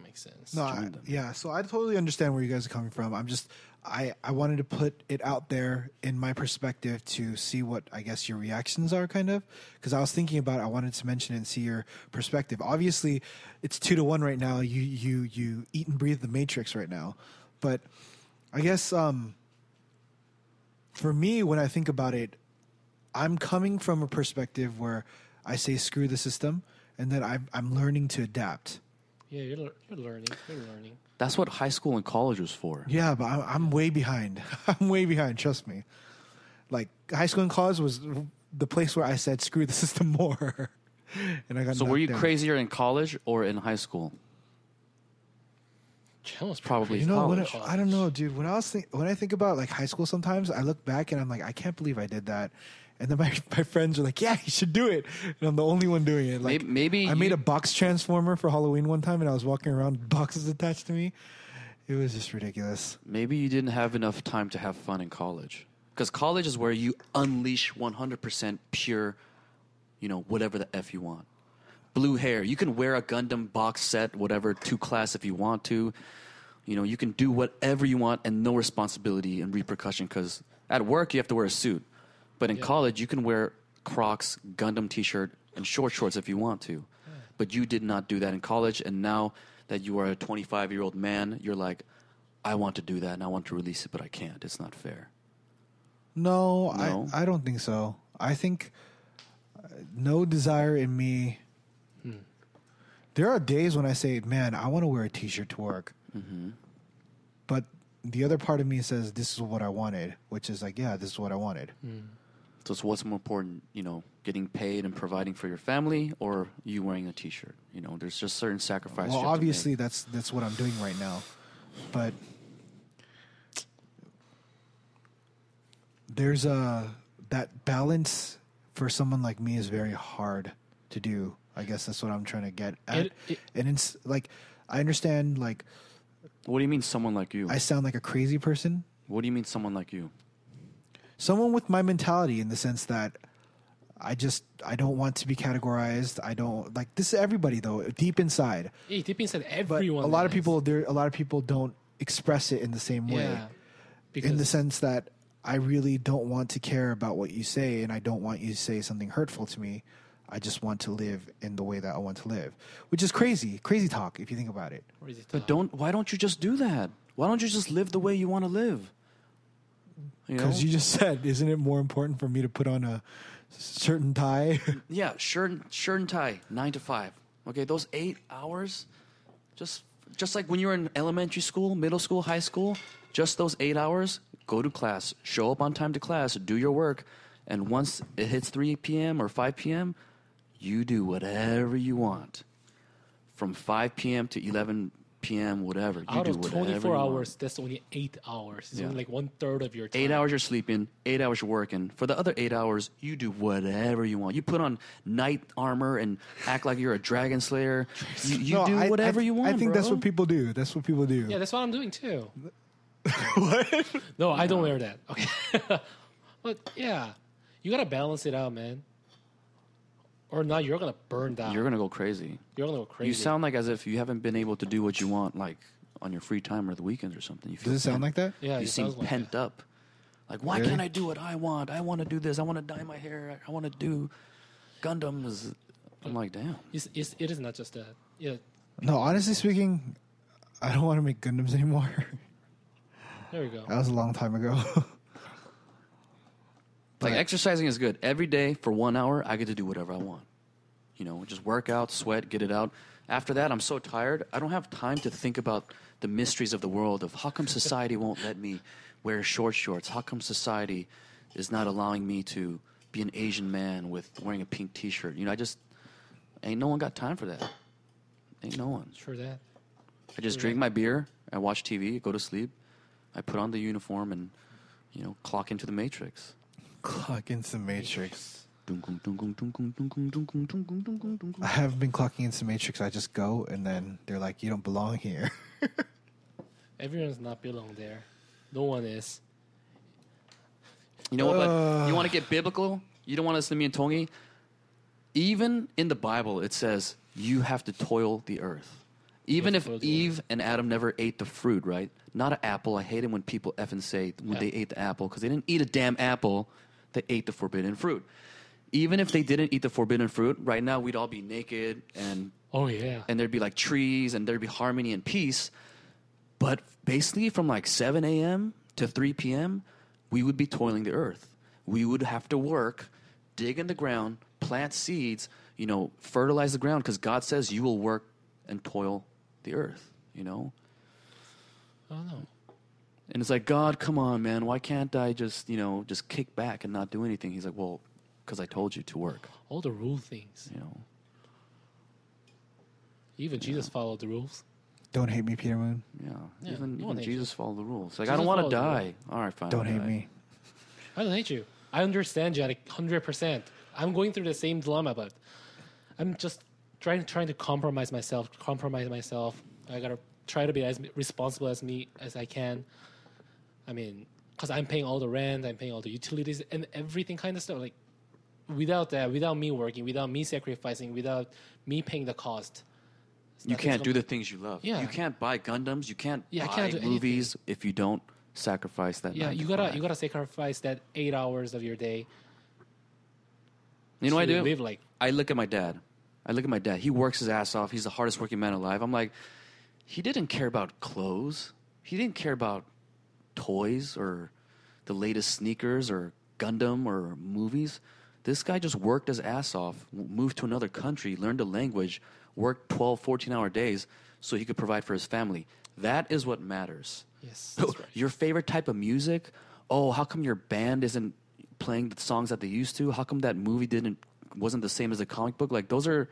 Speaker 3: Makes sense.
Speaker 1: No, I, yeah. So I totally understand where you guys are coming from. I'm just, I, I wanted to put it out there in my perspective to see what I guess your reactions are, kind of, because I was thinking about. It, I wanted to mention and see your perspective. Obviously, it's two to one right now. You, you, you eat and breathe the Matrix right now, but I guess um, for me, when I think about it, I'm coming from a perspective where I say screw the system, and then I'm, I'm learning to adapt.
Speaker 3: Yeah, you're, lear- you're learning. You're learning.
Speaker 2: That's what high school and college was for.
Speaker 1: Yeah, but I'm, I'm way behind. [LAUGHS] I'm way behind. Trust me. Like high school and college was the place where I said screw [LAUGHS] the system more, and I got.
Speaker 2: So were
Speaker 1: knocked
Speaker 2: you
Speaker 1: down.
Speaker 2: crazier in college or in high school?
Speaker 3: Chen was
Speaker 2: Probably
Speaker 1: You know what?
Speaker 2: college.
Speaker 1: I don't know, dude. When I was think, when I think about like high school, sometimes I look back and I'm like, I can't believe I did that. And then my, [LAUGHS] my friends are like, Yeah, you should do it. And I'm the only one doing it. Like
Speaker 2: Maybe- maybe
Speaker 1: I made
Speaker 2: you-
Speaker 1: a box transformer for Halloween one time, and I was walking around with boxes attached to me. It was just ridiculous.
Speaker 2: Maybe you didn't have enough time to have fun in college. Because college is where you unleash 100% pure, you know, whatever the F you want. Blue hair. You can wear a Gundam box set, whatever, to class if you want to. You know, you can do whatever you want and no responsibility and repercussion. Because at work, you have to wear a suit. But in college, you can wear Crocs, Gundam t shirt, and short shorts if you want to. But you did not do that in college. And now that you are a 25 year old man, you're like, I want to do that and I want to release it, but I can't. It's not fair.
Speaker 1: No,
Speaker 2: No?
Speaker 1: I, I don't think so. I think uh, no desire in me. There are days when I say, man, I want to wear a t shirt to work. But the other part of me says, this is what I wanted, which is like, yeah, this is what I wanted.
Speaker 2: So it's what's more important, you know, getting paid and providing for your family or you wearing a t shirt. You know, there's just certain sacrifices.
Speaker 1: Well,
Speaker 2: you have to
Speaker 1: obviously,
Speaker 2: make.
Speaker 1: that's that's what I'm doing right now. But there's a that balance for someone like me is very hard to do. I guess that's what I'm trying to get at.
Speaker 3: It- it-
Speaker 1: and it's like I understand like
Speaker 2: What do you mean someone like you?
Speaker 1: I sound like a crazy person.
Speaker 2: what do you mean someone like you?
Speaker 1: Someone with my mentality in the sense that I just I don't want to be categorized. I don't like this is everybody though, deep inside.
Speaker 3: Yeah, deep inside
Speaker 1: But
Speaker 3: everyone.
Speaker 1: a lot of
Speaker 3: has.
Speaker 1: people there a lot of people don't express it in the same way.
Speaker 3: Yeah. Because
Speaker 1: in the sense that I really don't want to care about what you say, and I don't want you to say something hurtful to me. I just want to live in the way that I want to live, which is crazy, crazy talk if you think about it.
Speaker 3: where is it
Speaker 2: But
Speaker 3: now?
Speaker 2: don't, why don't you just do that? Why don't you just live the way you want to live? You know?
Speaker 1: Because you just said, isn't it more important for me to put on a certain tie?
Speaker 2: Yeah, shirt, and- shirt and tie, nine to five. Okay, those eight hours, just just like when you were in elementary school, middle school, high school, just those eight hours, go to class, show up on time to class, do your work, and once it hits three p.m. or five p.m., you do whatever you want, from five p.m. to eleven p.m. Whatever you
Speaker 3: out
Speaker 2: do,
Speaker 3: of
Speaker 2: whatever
Speaker 3: 24
Speaker 2: you want.
Speaker 3: hours, that's only eight hours. It's
Speaker 2: Yeah.
Speaker 3: only like one third of your time.
Speaker 2: Eight hours you're sleeping, eight hours you're working. For the other eight hours, you do whatever you want. You put on knight armor and act like you're a dragon slayer. You, you
Speaker 1: No,
Speaker 2: do
Speaker 1: I- I-
Speaker 2: whatever you want.
Speaker 1: I think that's
Speaker 2: bro.
Speaker 1: what people do. That's what people do.
Speaker 3: Yeah, that's what I'm doing
Speaker 2: [LAUGHS]
Speaker 3: too. No, I don't wear that. Okay. [LAUGHS] but yeah, you gotta balance it out, man. Or not, you're gonna burn down.
Speaker 2: You're
Speaker 3: You're,
Speaker 2: gonna go crazy.
Speaker 3: gonna go crazy.
Speaker 2: You sound like as if you haven't been able to do what you want, like on your free time or the weekends or something. You feel
Speaker 1: Does it
Speaker 2: pent-
Speaker 1: sound like that?
Speaker 3: yeah,
Speaker 2: you
Speaker 3: it
Speaker 2: seem
Speaker 3: sounds like
Speaker 2: pent
Speaker 3: that.
Speaker 2: up. Like, why
Speaker 1: Really?
Speaker 2: can't I do what I want? I want to do this. I want to dye my hair. I want to do Gundams. I'm like, damn.
Speaker 3: It's, it's, it is not just that. Yeah,
Speaker 1: No, honestly speaking, I don't want to make Gundams anymore. [LAUGHS]
Speaker 3: There we go.
Speaker 2: Oh.
Speaker 1: that was a long time ago. [LAUGHS]
Speaker 2: Like
Speaker 1: Right.
Speaker 2: exercising is good. Every day for one hour, I get to do whatever I want. You know, just work out, sweat, get it out. After that, I'm so tired. I don't have time to think about the mysteries of the world of how come society won't let me wear short shorts. How come society is not allowing me to be an Asian man with wearing a pink T-shirt? You know, I just ain't no one got time for that. Ain't no one.
Speaker 3: Sure that.
Speaker 2: I just drink my beer, I watch TV, go to sleep, I put on the uniform, and you know, clock into the matrix.
Speaker 1: Clock into the Matrix.
Speaker 2: Dunkum, dunkum, dunkum, dunkum, dunkum, dunkum, dunkum, dunkum.
Speaker 1: I have been clocking into the Matrix. I just go, and then they're like, "You don't belong here." [LAUGHS]
Speaker 3: Everyone's not belong there. No one is.
Speaker 2: You know what? But you
Speaker 1: Ugh.
Speaker 2: want
Speaker 3: Ah.
Speaker 2: to get biblical? You don't want to listen to me and Tongi? Even in the Bible, it says you have to toil the earth. Even
Speaker 3: have
Speaker 2: if
Speaker 3: to toil the
Speaker 2: Eve and Adam never ate the fruit, right? Not an apple. I hate it when people effing say when
Speaker 3: Yeah.
Speaker 2: they ate the apple because they didn't eat a damn apple. They ate the forbidden fruit. Even if they didn't eat the forbidden fruit, right now we'd all be naked and
Speaker 3: Oh yeah.
Speaker 2: and there'd be like trees and there'd be harmony and peace. But basically, from like 7 a.m. to 3 p.m., we would be toiling the earth. We would have to work, dig in the ground, plant seeds, you know, fertilize the ground because God says you will work and toil the earth, you know?
Speaker 3: I don't know.
Speaker 2: And it's like, God, come on, man. Why can't I just, you know, just kick back and not do anything? He's like, well, because I told you to work,
Speaker 3: All the rule things.
Speaker 2: you know?
Speaker 3: Even Jesus followed the rules.
Speaker 1: don't hate me, Peter Moon.
Speaker 2: Yeah.
Speaker 3: Yeah,
Speaker 2: even
Speaker 3: no
Speaker 2: even
Speaker 3: one hates
Speaker 2: Jesus followed the rules. Like, I
Speaker 3: Jesus
Speaker 2: don't want to
Speaker 3: followed the
Speaker 2: die.
Speaker 3: rules.
Speaker 2: All right, fine.
Speaker 1: Don't
Speaker 2: I'll
Speaker 1: hate
Speaker 2: die.
Speaker 1: me.
Speaker 3: I don't hate you. I understand you at hundred percent. I'm going through the same dilemma, but I'm just trying trying to compromise myself. Compromise myself. I gotta try to be as responsible as me as I can. I mean, because I'm paying all the rent, I'm paying all the utilities and everything kind of stuff. Like without that, without me working, without me sacrificing, without me paying the cost,
Speaker 2: you
Speaker 3: nothing's
Speaker 2: can't do
Speaker 3: gonna-
Speaker 2: the things you love.
Speaker 3: Yeah.
Speaker 2: You can't buy Gundams. You can't
Speaker 3: Yeah, I
Speaker 2: buy
Speaker 3: can't do
Speaker 2: movies if you don't sacrifice that.
Speaker 3: Yeah,
Speaker 2: nine
Speaker 3: you
Speaker 2: to
Speaker 3: gotta
Speaker 2: five.
Speaker 3: you gotta sacrifice that eight hours of your day.
Speaker 2: You know what I
Speaker 3: to
Speaker 2: do?
Speaker 3: Live like
Speaker 2: I look at my dad. I look at my dad. He works his ass off. He's the hardest working man alive. I'm like, he didn't care about clothes. He didn't care about toys or the latest sneakers or Gundam or movies. This guy just worked his ass off, w- moved to another country, learned a language, worked 12, 14 hour days so he could provide for his family. That is what matters.
Speaker 3: yes.
Speaker 2: [LAUGHS]
Speaker 3: that's right.
Speaker 2: your favorite type of music oh how come your band isn't playing the songs that they used to how come that movie didn't wasn't the same as the comic book like those are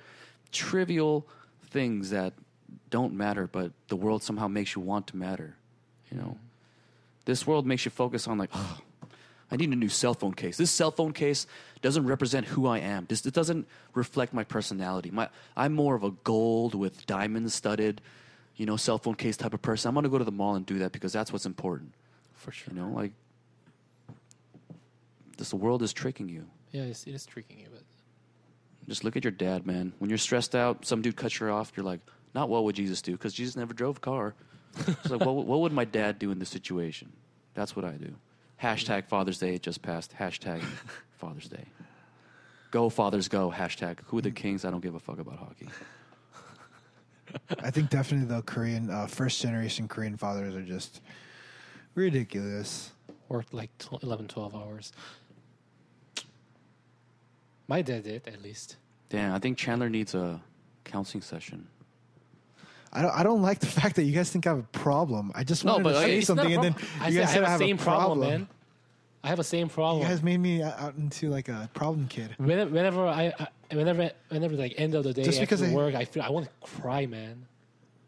Speaker 2: trivial things that don't matter but the world somehow makes you want to matter you know this world makes you focus on like oh, i need a new cell phone case this cell phone case doesn't represent who i am this it doesn't reflect my personality my i'm more of a gold with diamond studded you know cell phone case type of person i'm going to go to the mall and do that because that's what's important
Speaker 3: for sure.
Speaker 2: you know like this world is tricking you
Speaker 3: Yeah, it's, it is tricking you, but
Speaker 2: just look at your dad man when you're stressed out some dude cuts you off you're like not what would jesus do because jesus never drove a car it's like what, would- what would my dad do in this situation that's what i do hashtag father's day it just passed hashtag father's day go fathers go hashtag who are the kings i don't give a fuck about hockey
Speaker 1: I think definitely the Korean uh, first generation Korean fathers are just ridiculous.
Speaker 3: worked like tw 11, 12 hours. My dad did, at least.
Speaker 2: damn i think chandler needs a counseling session
Speaker 1: I don't. I don't like the [LAUGHS] fact that you guys think I have a problem. I just
Speaker 2: No,
Speaker 1: wanted
Speaker 2: but,
Speaker 1: to
Speaker 2: like,
Speaker 1: say
Speaker 2: it's
Speaker 1: something, and then
Speaker 3: I,
Speaker 1: you
Speaker 3: said,
Speaker 1: guys said
Speaker 3: I
Speaker 1: I
Speaker 3: have
Speaker 1: have
Speaker 3: the same
Speaker 1: a problem.
Speaker 3: problem, man. I have the same
Speaker 1: You
Speaker 3: problem.
Speaker 1: guys made me out out into like a problem kid.
Speaker 3: Whenever, whenever I, I, whenever, whenever, like end of the day
Speaker 1: Just because
Speaker 3: after
Speaker 1: I-
Speaker 3: work, I feel I want to cry, man.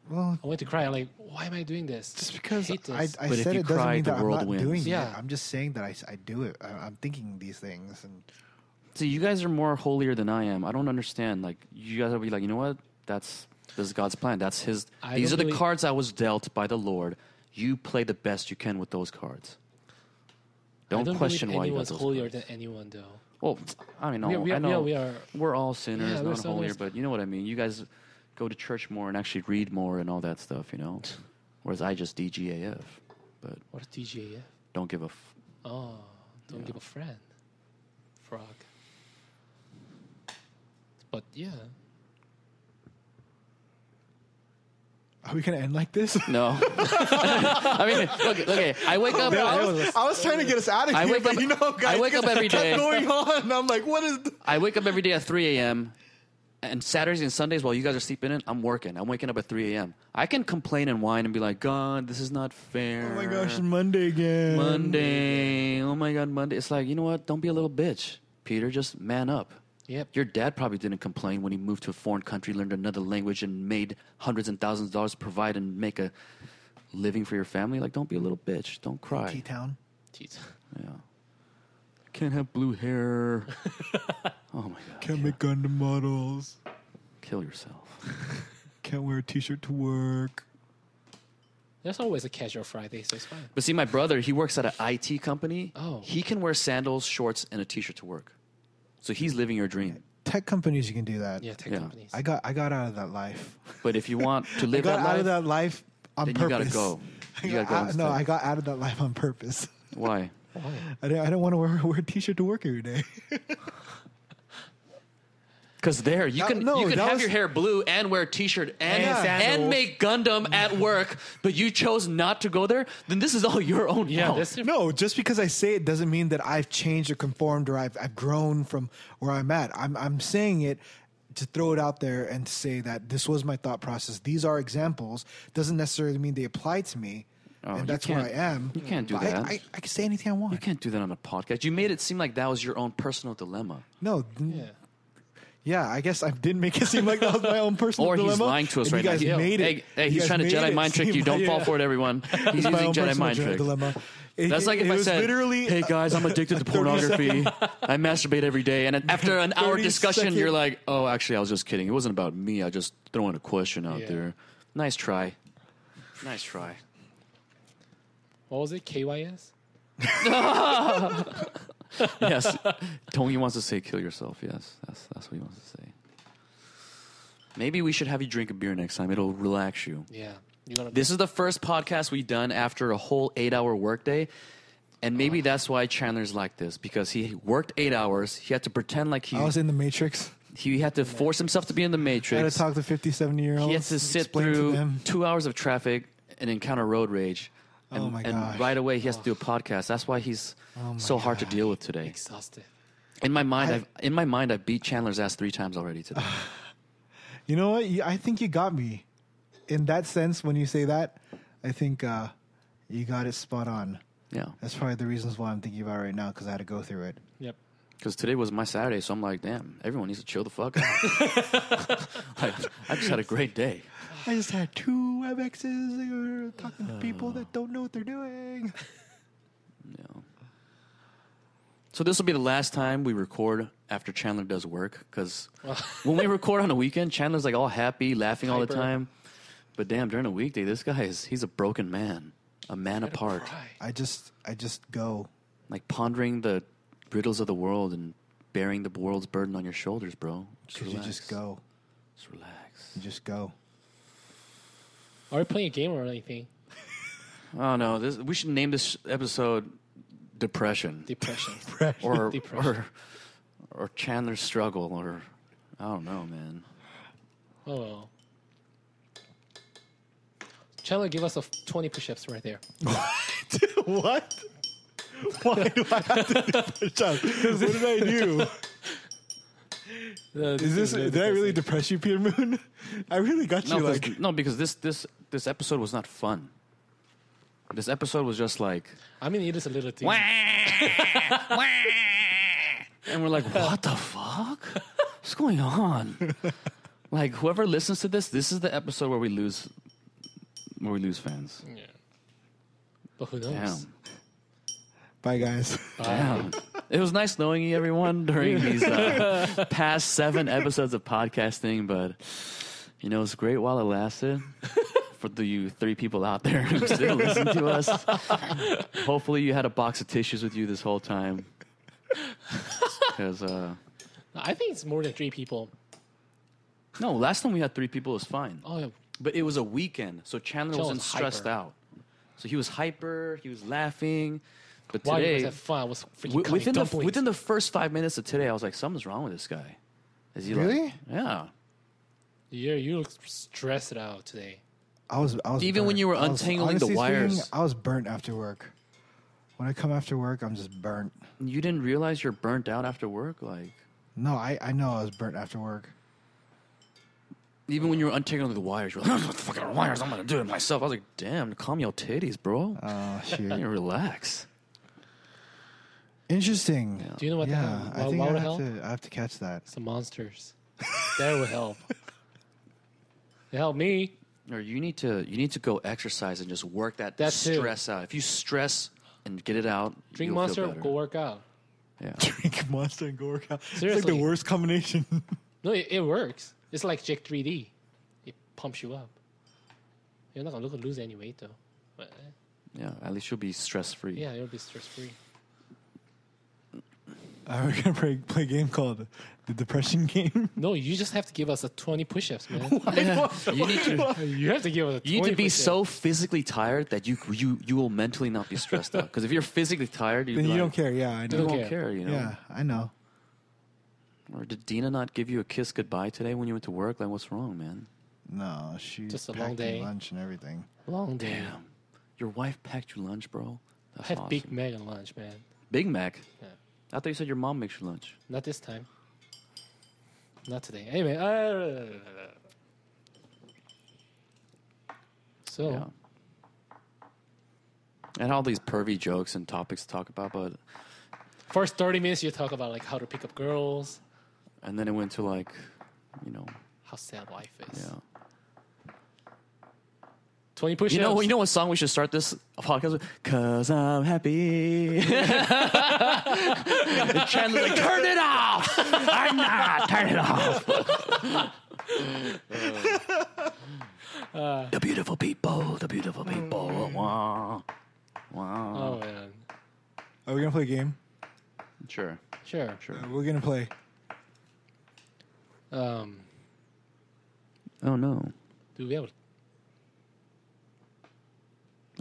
Speaker 1: Well,
Speaker 3: I want to cry. I'm like, why am I doing this?
Speaker 1: just because
Speaker 3: I,
Speaker 1: I,
Speaker 3: hate
Speaker 1: I,
Speaker 3: this.
Speaker 2: But if
Speaker 1: said
Speaker 2: you
Speaker 1: it doesn't
Speaker 2: cry,
Speaker 1: mean
Speaker 2: the
Speaker 1: that I'm
Speaker 2: world
Speaker 1: not
Speaker 2: wins.
Speaker 1: doing
Speaker 3: Yeah.
Speaker 1: it. I'm just saying that I, s- I do it. I, I'm thinking these things, and
Speaker 2: See, you guys are more holier than I am. I don't understand. Like, you guys will be like, you know what? That's this is God's plan. That's His.
Speaker 3: I
Speaker 2: these
Speaker 3: don't
Speaker 2: are the
Speaker 3: believe-
Speaker 2: cards I was dealt by the Lord. You play the best you can with those cards. Don't,
Speaker 3: I don't
Speaker 2: question
Speaker 3: believe
Speaker 2: why you got
Speaker 3: anyone's
Speaker 2: those
Speaker 3: holier
Speaker 2: cards.
Speaker 3: than anyone, though.
Speaker 2: Well, I mean,
Speaker 3: We are- we are-
Speaker 2: I know
Speaker 3: we are-
Speaker 2: we're all sinners,
Speaker 3: Yeah, we're
Speaker 2: not
Speaker 3: sinners.
Speaker 2: holier, but you know what I mean. You guys go to church more and actually read more and all that stuff, you know. Whereas I just DGAF, but
Speaker 3: What is DJF?
Speaker 2: don't give a. F-
Speaker 3: Oh, don't give a friend. Frog. But yeah,
Speaker 1: Are we gonna end like [LAUGHS] this?
Speaker 2: No. [LAUGHS] I mean, look, okay. I wake up.
Speaker 1: I,
Speaker 2: I,
Speaker 1: was, I was trying to get us out of here.
Speaker 2: I wake
Speaker 1: but
Speaker 2: up-
Speaker 1: you know,
Speaker 2: I
Speaker 1: guys,
Speaker 2: wake
Speaker 1: you [LAUGHS]
Speaker 2: up
Speaker 1: guys
Speaker 2: every
Speaker 1: kept
Speaker 2: day.
Speaker 1: going on. and I'm like, what is? th-
Speaker 2: I wake up every day at 3 a.m. And Saturdays and Sundays, while you guys are sleeping in, I'm working. I'm waking up at 3 a.m. I can complain and whine and be like, God, this is not fair.
Speaker 1: Oh my gosh, Monday again.
Speaker 2: Monday. Oh my God, Monday. It's like, you know what? Don't be a little bitch, Peter. Just man up.
Speaker 3: Yep.
Speaker 2: Your dad probably didn't complain when he moved to a foreign country, learned another language, and made hundreds and thousands of dollars to provide and make a living for your family. Like, don't be a little bitch. Don't
Speaker 1: T
Speaker 2: cry.
Speaker 1: Town.
Speaker 3: Jeez.
Speaker 2: Yeah. Can't have blue [LAUGHS] hair. oh my God.
Speaker 1: Can't make Gundam models.
Speaker 2: Kill yourself.
Speaker 1: Can't wear a T-shirt to work.
Speaker 3: There's always a casual Friday, so it's fine.
Speaker 2: But see, my brother, he works at an IT company.
Speaker 3: Oh.
Speaker 2: He can wear sandals, shorts, and a t shirt to work. So he's living your dream.
Speaker 1: Tech companies, you can do that.
Speaker 3: Yeah, tech
Speaker 2: Yeah.
Speaker 3: companies.
Speaker 1: I got I got out of that life.
Speaker 2: But if you want to live
Speaker 1: [LAUGHS] I got
Speaker 2: that
Speaker 1: out
Speaker 2: life,
Speaker 1: of that life on
Speaker 2: then you
Speaker 1: purpose.
Speaker 2: gotta
Speaker 1: [LAUGHS]
Speaker 2: go. You gotta go.
Speaker 1: I- no,
Speaker 2: instead.
Speaker 1: I got out of that life on purpose. [LAUGHS]
Speaker 2: Why?
Speaker 1: I don't, I don't want to wear, wear a T-shirt to work every day.
Speaker 2: Because there, you
Speaker 1: That-
Speaker 2: can
Speaker 1: no,
Speaker 2: you can
Speaker 1: that
Speaker 2: have
Speaker 1: was-
Speaker 2: your hair blue and wear a t-shirt and
Speaker 1: And
Speaker 2: and,
Speaker 3: sandals.
Speaker 2: make Gundam at work, but you chose not to go there. Then this is all your own
Speaker 3: yeah,
Speaker 2: fault. [LAUGHS]
Speaker 3: that's it.
Speaker 1: no, just because I say it doesn't mean that I've changed or conformed or I've I've grown from where I'm at. I'm I'm saying it to throw it out there and to say that this was my thought process. These are examples. Doesn't necessarily mean they apply to me,
Speaker 2: Oh, you
Speaker 1: and that's where I
Speaker 2: can't-
Speaker 1: am.
Speaker 2: you can't do
Speaker 1: But
Speaker 2: that.
Speaker 1: I, I, I can say anything I want.
Speaker 2: you can't do that on a podcast. You made it seem like that was your own personal dilemma.
Speaker 1: No, th-
Speaker 3: Yeah.
Speaker 1: Yeah, I guess I did make it seem like that was my own personal
Speaker 2: Or
Speaker 1: dilemma.
Speaker 2: he's lying to us
Speaker 1: and
Speaker 2: right
Speaker 1: you guys
Speaker 2: now. He-
Speaker 1: Made it.
Speaker 2: Hey, hey,
Speaker 1: You
Speaker 2: he's
Speaker 1: guys
Speaker 2: trying to
Speaker 1: made
Speaker 2: Jedi
Speaker 1: it
Speaker 2: mind trick [LAUGHS]
Speaker 1: seem
Speaker 2: you. Don't
Speaker 1: like-
Speaker 2: fall
Speaker 1: yeah.
Speaker 2: for it, everyone. He's
Speaker 1: My
Speaker 2: using
Speaker 1: own
Speaker 2: Jedi
Speaker 1: personal
Speaker 2: mind
Speaker 1: dile-
Speaker 2: trick.
Speaker 1: Dilemma. It-
Speaker 2: That's
Speaker 1: it-
Speaker 2: like if
Speaker 1: it
Speaker 2: I
Speaker 1: was
Speaker 2: said,
Speaker 1: literally
Speaker 2: "Hey guys, I'm [LAUGHS] addicted to pornography. I masturbate every day." And then [LAUGHS] after an hour
Speaker 1: 30
Speaker 2: discussion,
Speaker 1: second-
Speaker 2: you're like, "Oh, actually, I was just kidding. It wasn't about me. I just throwing a question out
Speaker 3: Yeah.
Speaker 2: there. Nice try, nice try."
Speaker 3: What was it? KYS?
Speaker 2: [LAUGHS] Yes, Tony wants to say, "Kill yourself." Yes, that's that's what he wants to say. Maybe we should have you drink a beer next time. It'll relax you.
Speaker 3: Yeah. You're gonna
Speaker 2: This is the first podcast we've done after a whole eight hour workday. And maybe that's why Chandler's like this because he worked eight hours. He had to pretend like he
Speaker 1: I was in the Matrix.
Speaker 2: he had to force himself to be in the
Speaker 1: I had to
Speaker 2: Matrix.
Speaker 1: talk to 50, 70 year olds.
Speaker 2: He had to sit
Speaker 1: explain to
Speaker 2: through
Speaker 1: them.
Speaker 2: two hours of traffic and encounter road rage. And,
Speaker 1: Oh my
Speaker 2: and
Speaker 1: gosh. Oh
Speaker 2: right away he has to do a podcast. That's why he's so hard to deal with today.
Speaker 3: exhausted.
Speaker 2: In my mind, I, have in my mind, I beat Chandler's ass three times already today.
Speaker 1: You know what? You, I think you got me. In that sense, when you say that, I think uh, you got it spot on.
Speaker 2: yeah,
Speaker 1: That's probably the reasons why I'm thinking about it right now because I had to go through it.
Speaker 3: Yep.
Speaker 2: because today was my Saturday, so I'm like, damn, everyone needs to chill the fuck out.
Speaker 1: [LAUGHS]
Speaker 2: [LAUGHS] I, I just had a great day.
Speaker 1: I just had two WebExes uh, talking to people that don't know what
Speaker 2: [LAUGHS]
Speaker 1: they're doing.
Speaker 2: No. So this will be the last time we record after Chandler does work because [LAUGHS] when we record on a weekend, Chandler's like all happy, laughing all the
Speaker 3: Hyper.
Speaker 2: time. But damn, during a weekday, this guy is—he's a broken man, a man apart,
Speaker 3: Cry.
Speaker 1: I just, I just go.
Speaker 2: like pondering the riddles of the world and bearing the world's burden on your shoulders, bro. Just
Speaker 1: Could you
Speaker 2: relax.
Speaker 1: just go?
Speaker 2: Just relax.
Speaker 1: You just
Speaker 2: [LAUGHS]
Speaker 1: go.
Speaker 3: Are we playing a game or anything?
Speaker 2: Oh no, this, we should name this episode "Depression"
Speaker 3: Depression.
Speaker 1: [LAUGHS]
Speaker 2: or
Speaker 3: Depression.
Speaker 2: or or Chandler's struggle, or I don't know, man.
Speaker 3: oh. well. Chandler, give us a f- 20 push-ups right there.
Speaker 1: what? [LAUGHS] Why do I have to do push
Speaker 2: [LAUGHS]
Speaker 1: ups? What did I do? Is this did I really depress you, Peter Moon? [LAUGHS] I really got
Speaker 2: No,
Speaker 1: you
Speaker 2: 'cause-
Speaker 1: like
Speaker 2: no, because this this this episode was not fun. This episode was just like,
Speaker 3: I mean, it is a little thing.
Speaker 2: and we're like, what the fuck? What's going on? like, whoever listens to this, this is the episode where we lose, where we lose fans.
Speaker 3: Yeah. But who knows?
Speaker 2: Damn,
Speaker 1: bye guys.
Speaker 2: damn. It was nice knowing you, everyone, during these
Speaker 3: [LAUGHS]
Speaker 2: uh, past seven episodes of podcasting. But you know, it's great while it lasted. For the you three people out there who still listen to us, hopefully you had a box of tissues with you this whole time. Because uh,
Speaker 3: I think it's more than three people.
Speaker 2: no, last time we had three people it was fine.
Speaker 3: Oh, yeah.
Speaker 2: But it was a weekend, so Chandler
Speaker 3: Joe
Speaker 2: wasn't
Speaker 3: was
Speaker 2: stressed
Speaker 3: hyper.
Speaker 2: out. So he was hyper, he was laughing. But
Speaker 3: Wow, you
Speaker 2: today,
Speaker 3: guys had fun. I was freaking
Speaker 2: wi-
Speaker 3: cutting
Speaker 2: within, the,
Speaker 3: dumplings.
Speaker 2: within the first five minutes of today, I was like, something's wrong with this guy. Is he like-
Speaker 1: Really?
Speaker 2: yeah.
Speaker 3: Yeah, you look stressed out today.
Speaker 1: [LAUGHS] I was, I was
Speaker 2: Even when
Speaker 1: burnt.
Speaker 2: you were
Speaker 1: I was-
Speaker 2: untangling the
Speaker 1: honestly
Speaker 2: wires.
Speaker 1: Speaking, I was burnt after work. When I come after work, I'm just burnt.
Speaker 2: You didn't realize you're burnt out after work, like
Speaker 1: No, I, I know I was burnt after work.
Speaker 2: even when you were untangling the wires, you're like, "Fucking wires! I'm gonna do it myself." I was like, "Damn, calm your titties, bro.
Speaker 1: Oh [LAUGHS]
Speaker 2: Yeah,
Speaker 1: shoot!
Speaker 2: relax."
Speaker 1: Interesting.
Speaker 3: Do you know what? the
Speaker 1: Yeah,
Speaker 3: hell,
Speaker 1: I
Speaker 3: what,
Speaker 1: think
Speaker 3: what
Speaker 1: I have
Speaker 3: would help?
Speaker 1: to. I have to catch that.
Speaker 3: Some monsters. that would help. It helped me.
Speaker 2: Or you need to you need to go exercise and just work that
Speaker 3: That too.
Speaker 2: stress out. If you stress and get it out,
Speaker 3: Drink
Speaker 2: you'll
Speaker 3: Monster,
Speaker 2: Feel better.
Speaker 3: go work out.
Speaker 2: Yeah.
Speaker 1: Drink Monster and go work out. It's like
Speaker 3: Seriously.
Speaker 1: the worst combination.
Speaker 3: [LAUGHS] No, it, it works. It's like Jack 3D. It pumps you up. You're not gonna look- lose any weight though. But, eh,
Speaker 2: yeah. At least you'll be stress free.
Speaker 3: yeah, you'll be
Speaker 1: [LAUGHS]
Speaker 3: stress free.
Speaker 1: I we're gonna play, play a game called the Depression Game. [LAUGHS]
Speaker 3: No, you just have to give us a 20 push-ups, man.
Speaker 2: You need
Speaker 3: [LAUGHS]
Speaker 2: to
Speaker 3: you have to give us a 20
Speaker 2: you need to be
Speaker 3: push-ups.
Speaker 2: so physically tired that you you you will mentally not be stressed out. Because if you're physically tired, you'll
Speaker 1: then
Speaker 2: be like,
Speaker 1: you don't care. Yeah, I
Speaker 2: You
Speaker 1: know.
Speaker 3: don't
Speaker 2: won't
Speaker 3: care.
Speaker 2: care. You know.
Speaker 1: Yeah, I know.
Speaker 2: Or did Dina not give you a kiss goodbye today when you went to work? Like, what's wrong, man?
Speaker 1: No, she
Speaker 3: Just a
Speaker 1: packed
Speaker 3: long
Speaker 1: me
Speaker 3: day.
Speaker 1: lunch and everything.
Speaker 3: long day.
Speaker 2: Damn, your wife packed you lunch, bro.
Speaker 3: I
Speaker 2: That's
Speaker 3: had
Speaker 2: awesome.
Speaker 3: Big Mac and lunch, man.
Speaker 2: Big Mac.
Speaker 3: Yeah.
Speaker 2: I thought you said your mom makes you lunch.
Speaker 3: Not this time. Not today. Ah, Anyway. Uh, so
Speaker 2: Yeah. And all these pervy jokes and topics to talk about, but
Speaker 3: first 30 minutes you talk about like how to pick up girls,
Speaker 2: and then it went to like, you know,
Speaker 3: how sad life is.
Speaker 2: yeah.
Speaker 3: 20 push-ups.
Speaker 2: You know, you know what song we should start this podcast with? Cause I'm [LAUGHS] happy. And Chandler's like, turn it off. I'm not. Turn it [LAUGHS] off. the beautiful people. The beautiful people. Wow. Wow.
Speaker 3: Oh man.
Speaker 1: Are we gonna play a game?
Speaker 2: Sure.
Speaker 3: Sure.
Speaker 2: Sure.
Speaker 1: We're gonna play.
Speaker 3: Um,
Speaker 2: Oh no.
Speaker 3: do we have?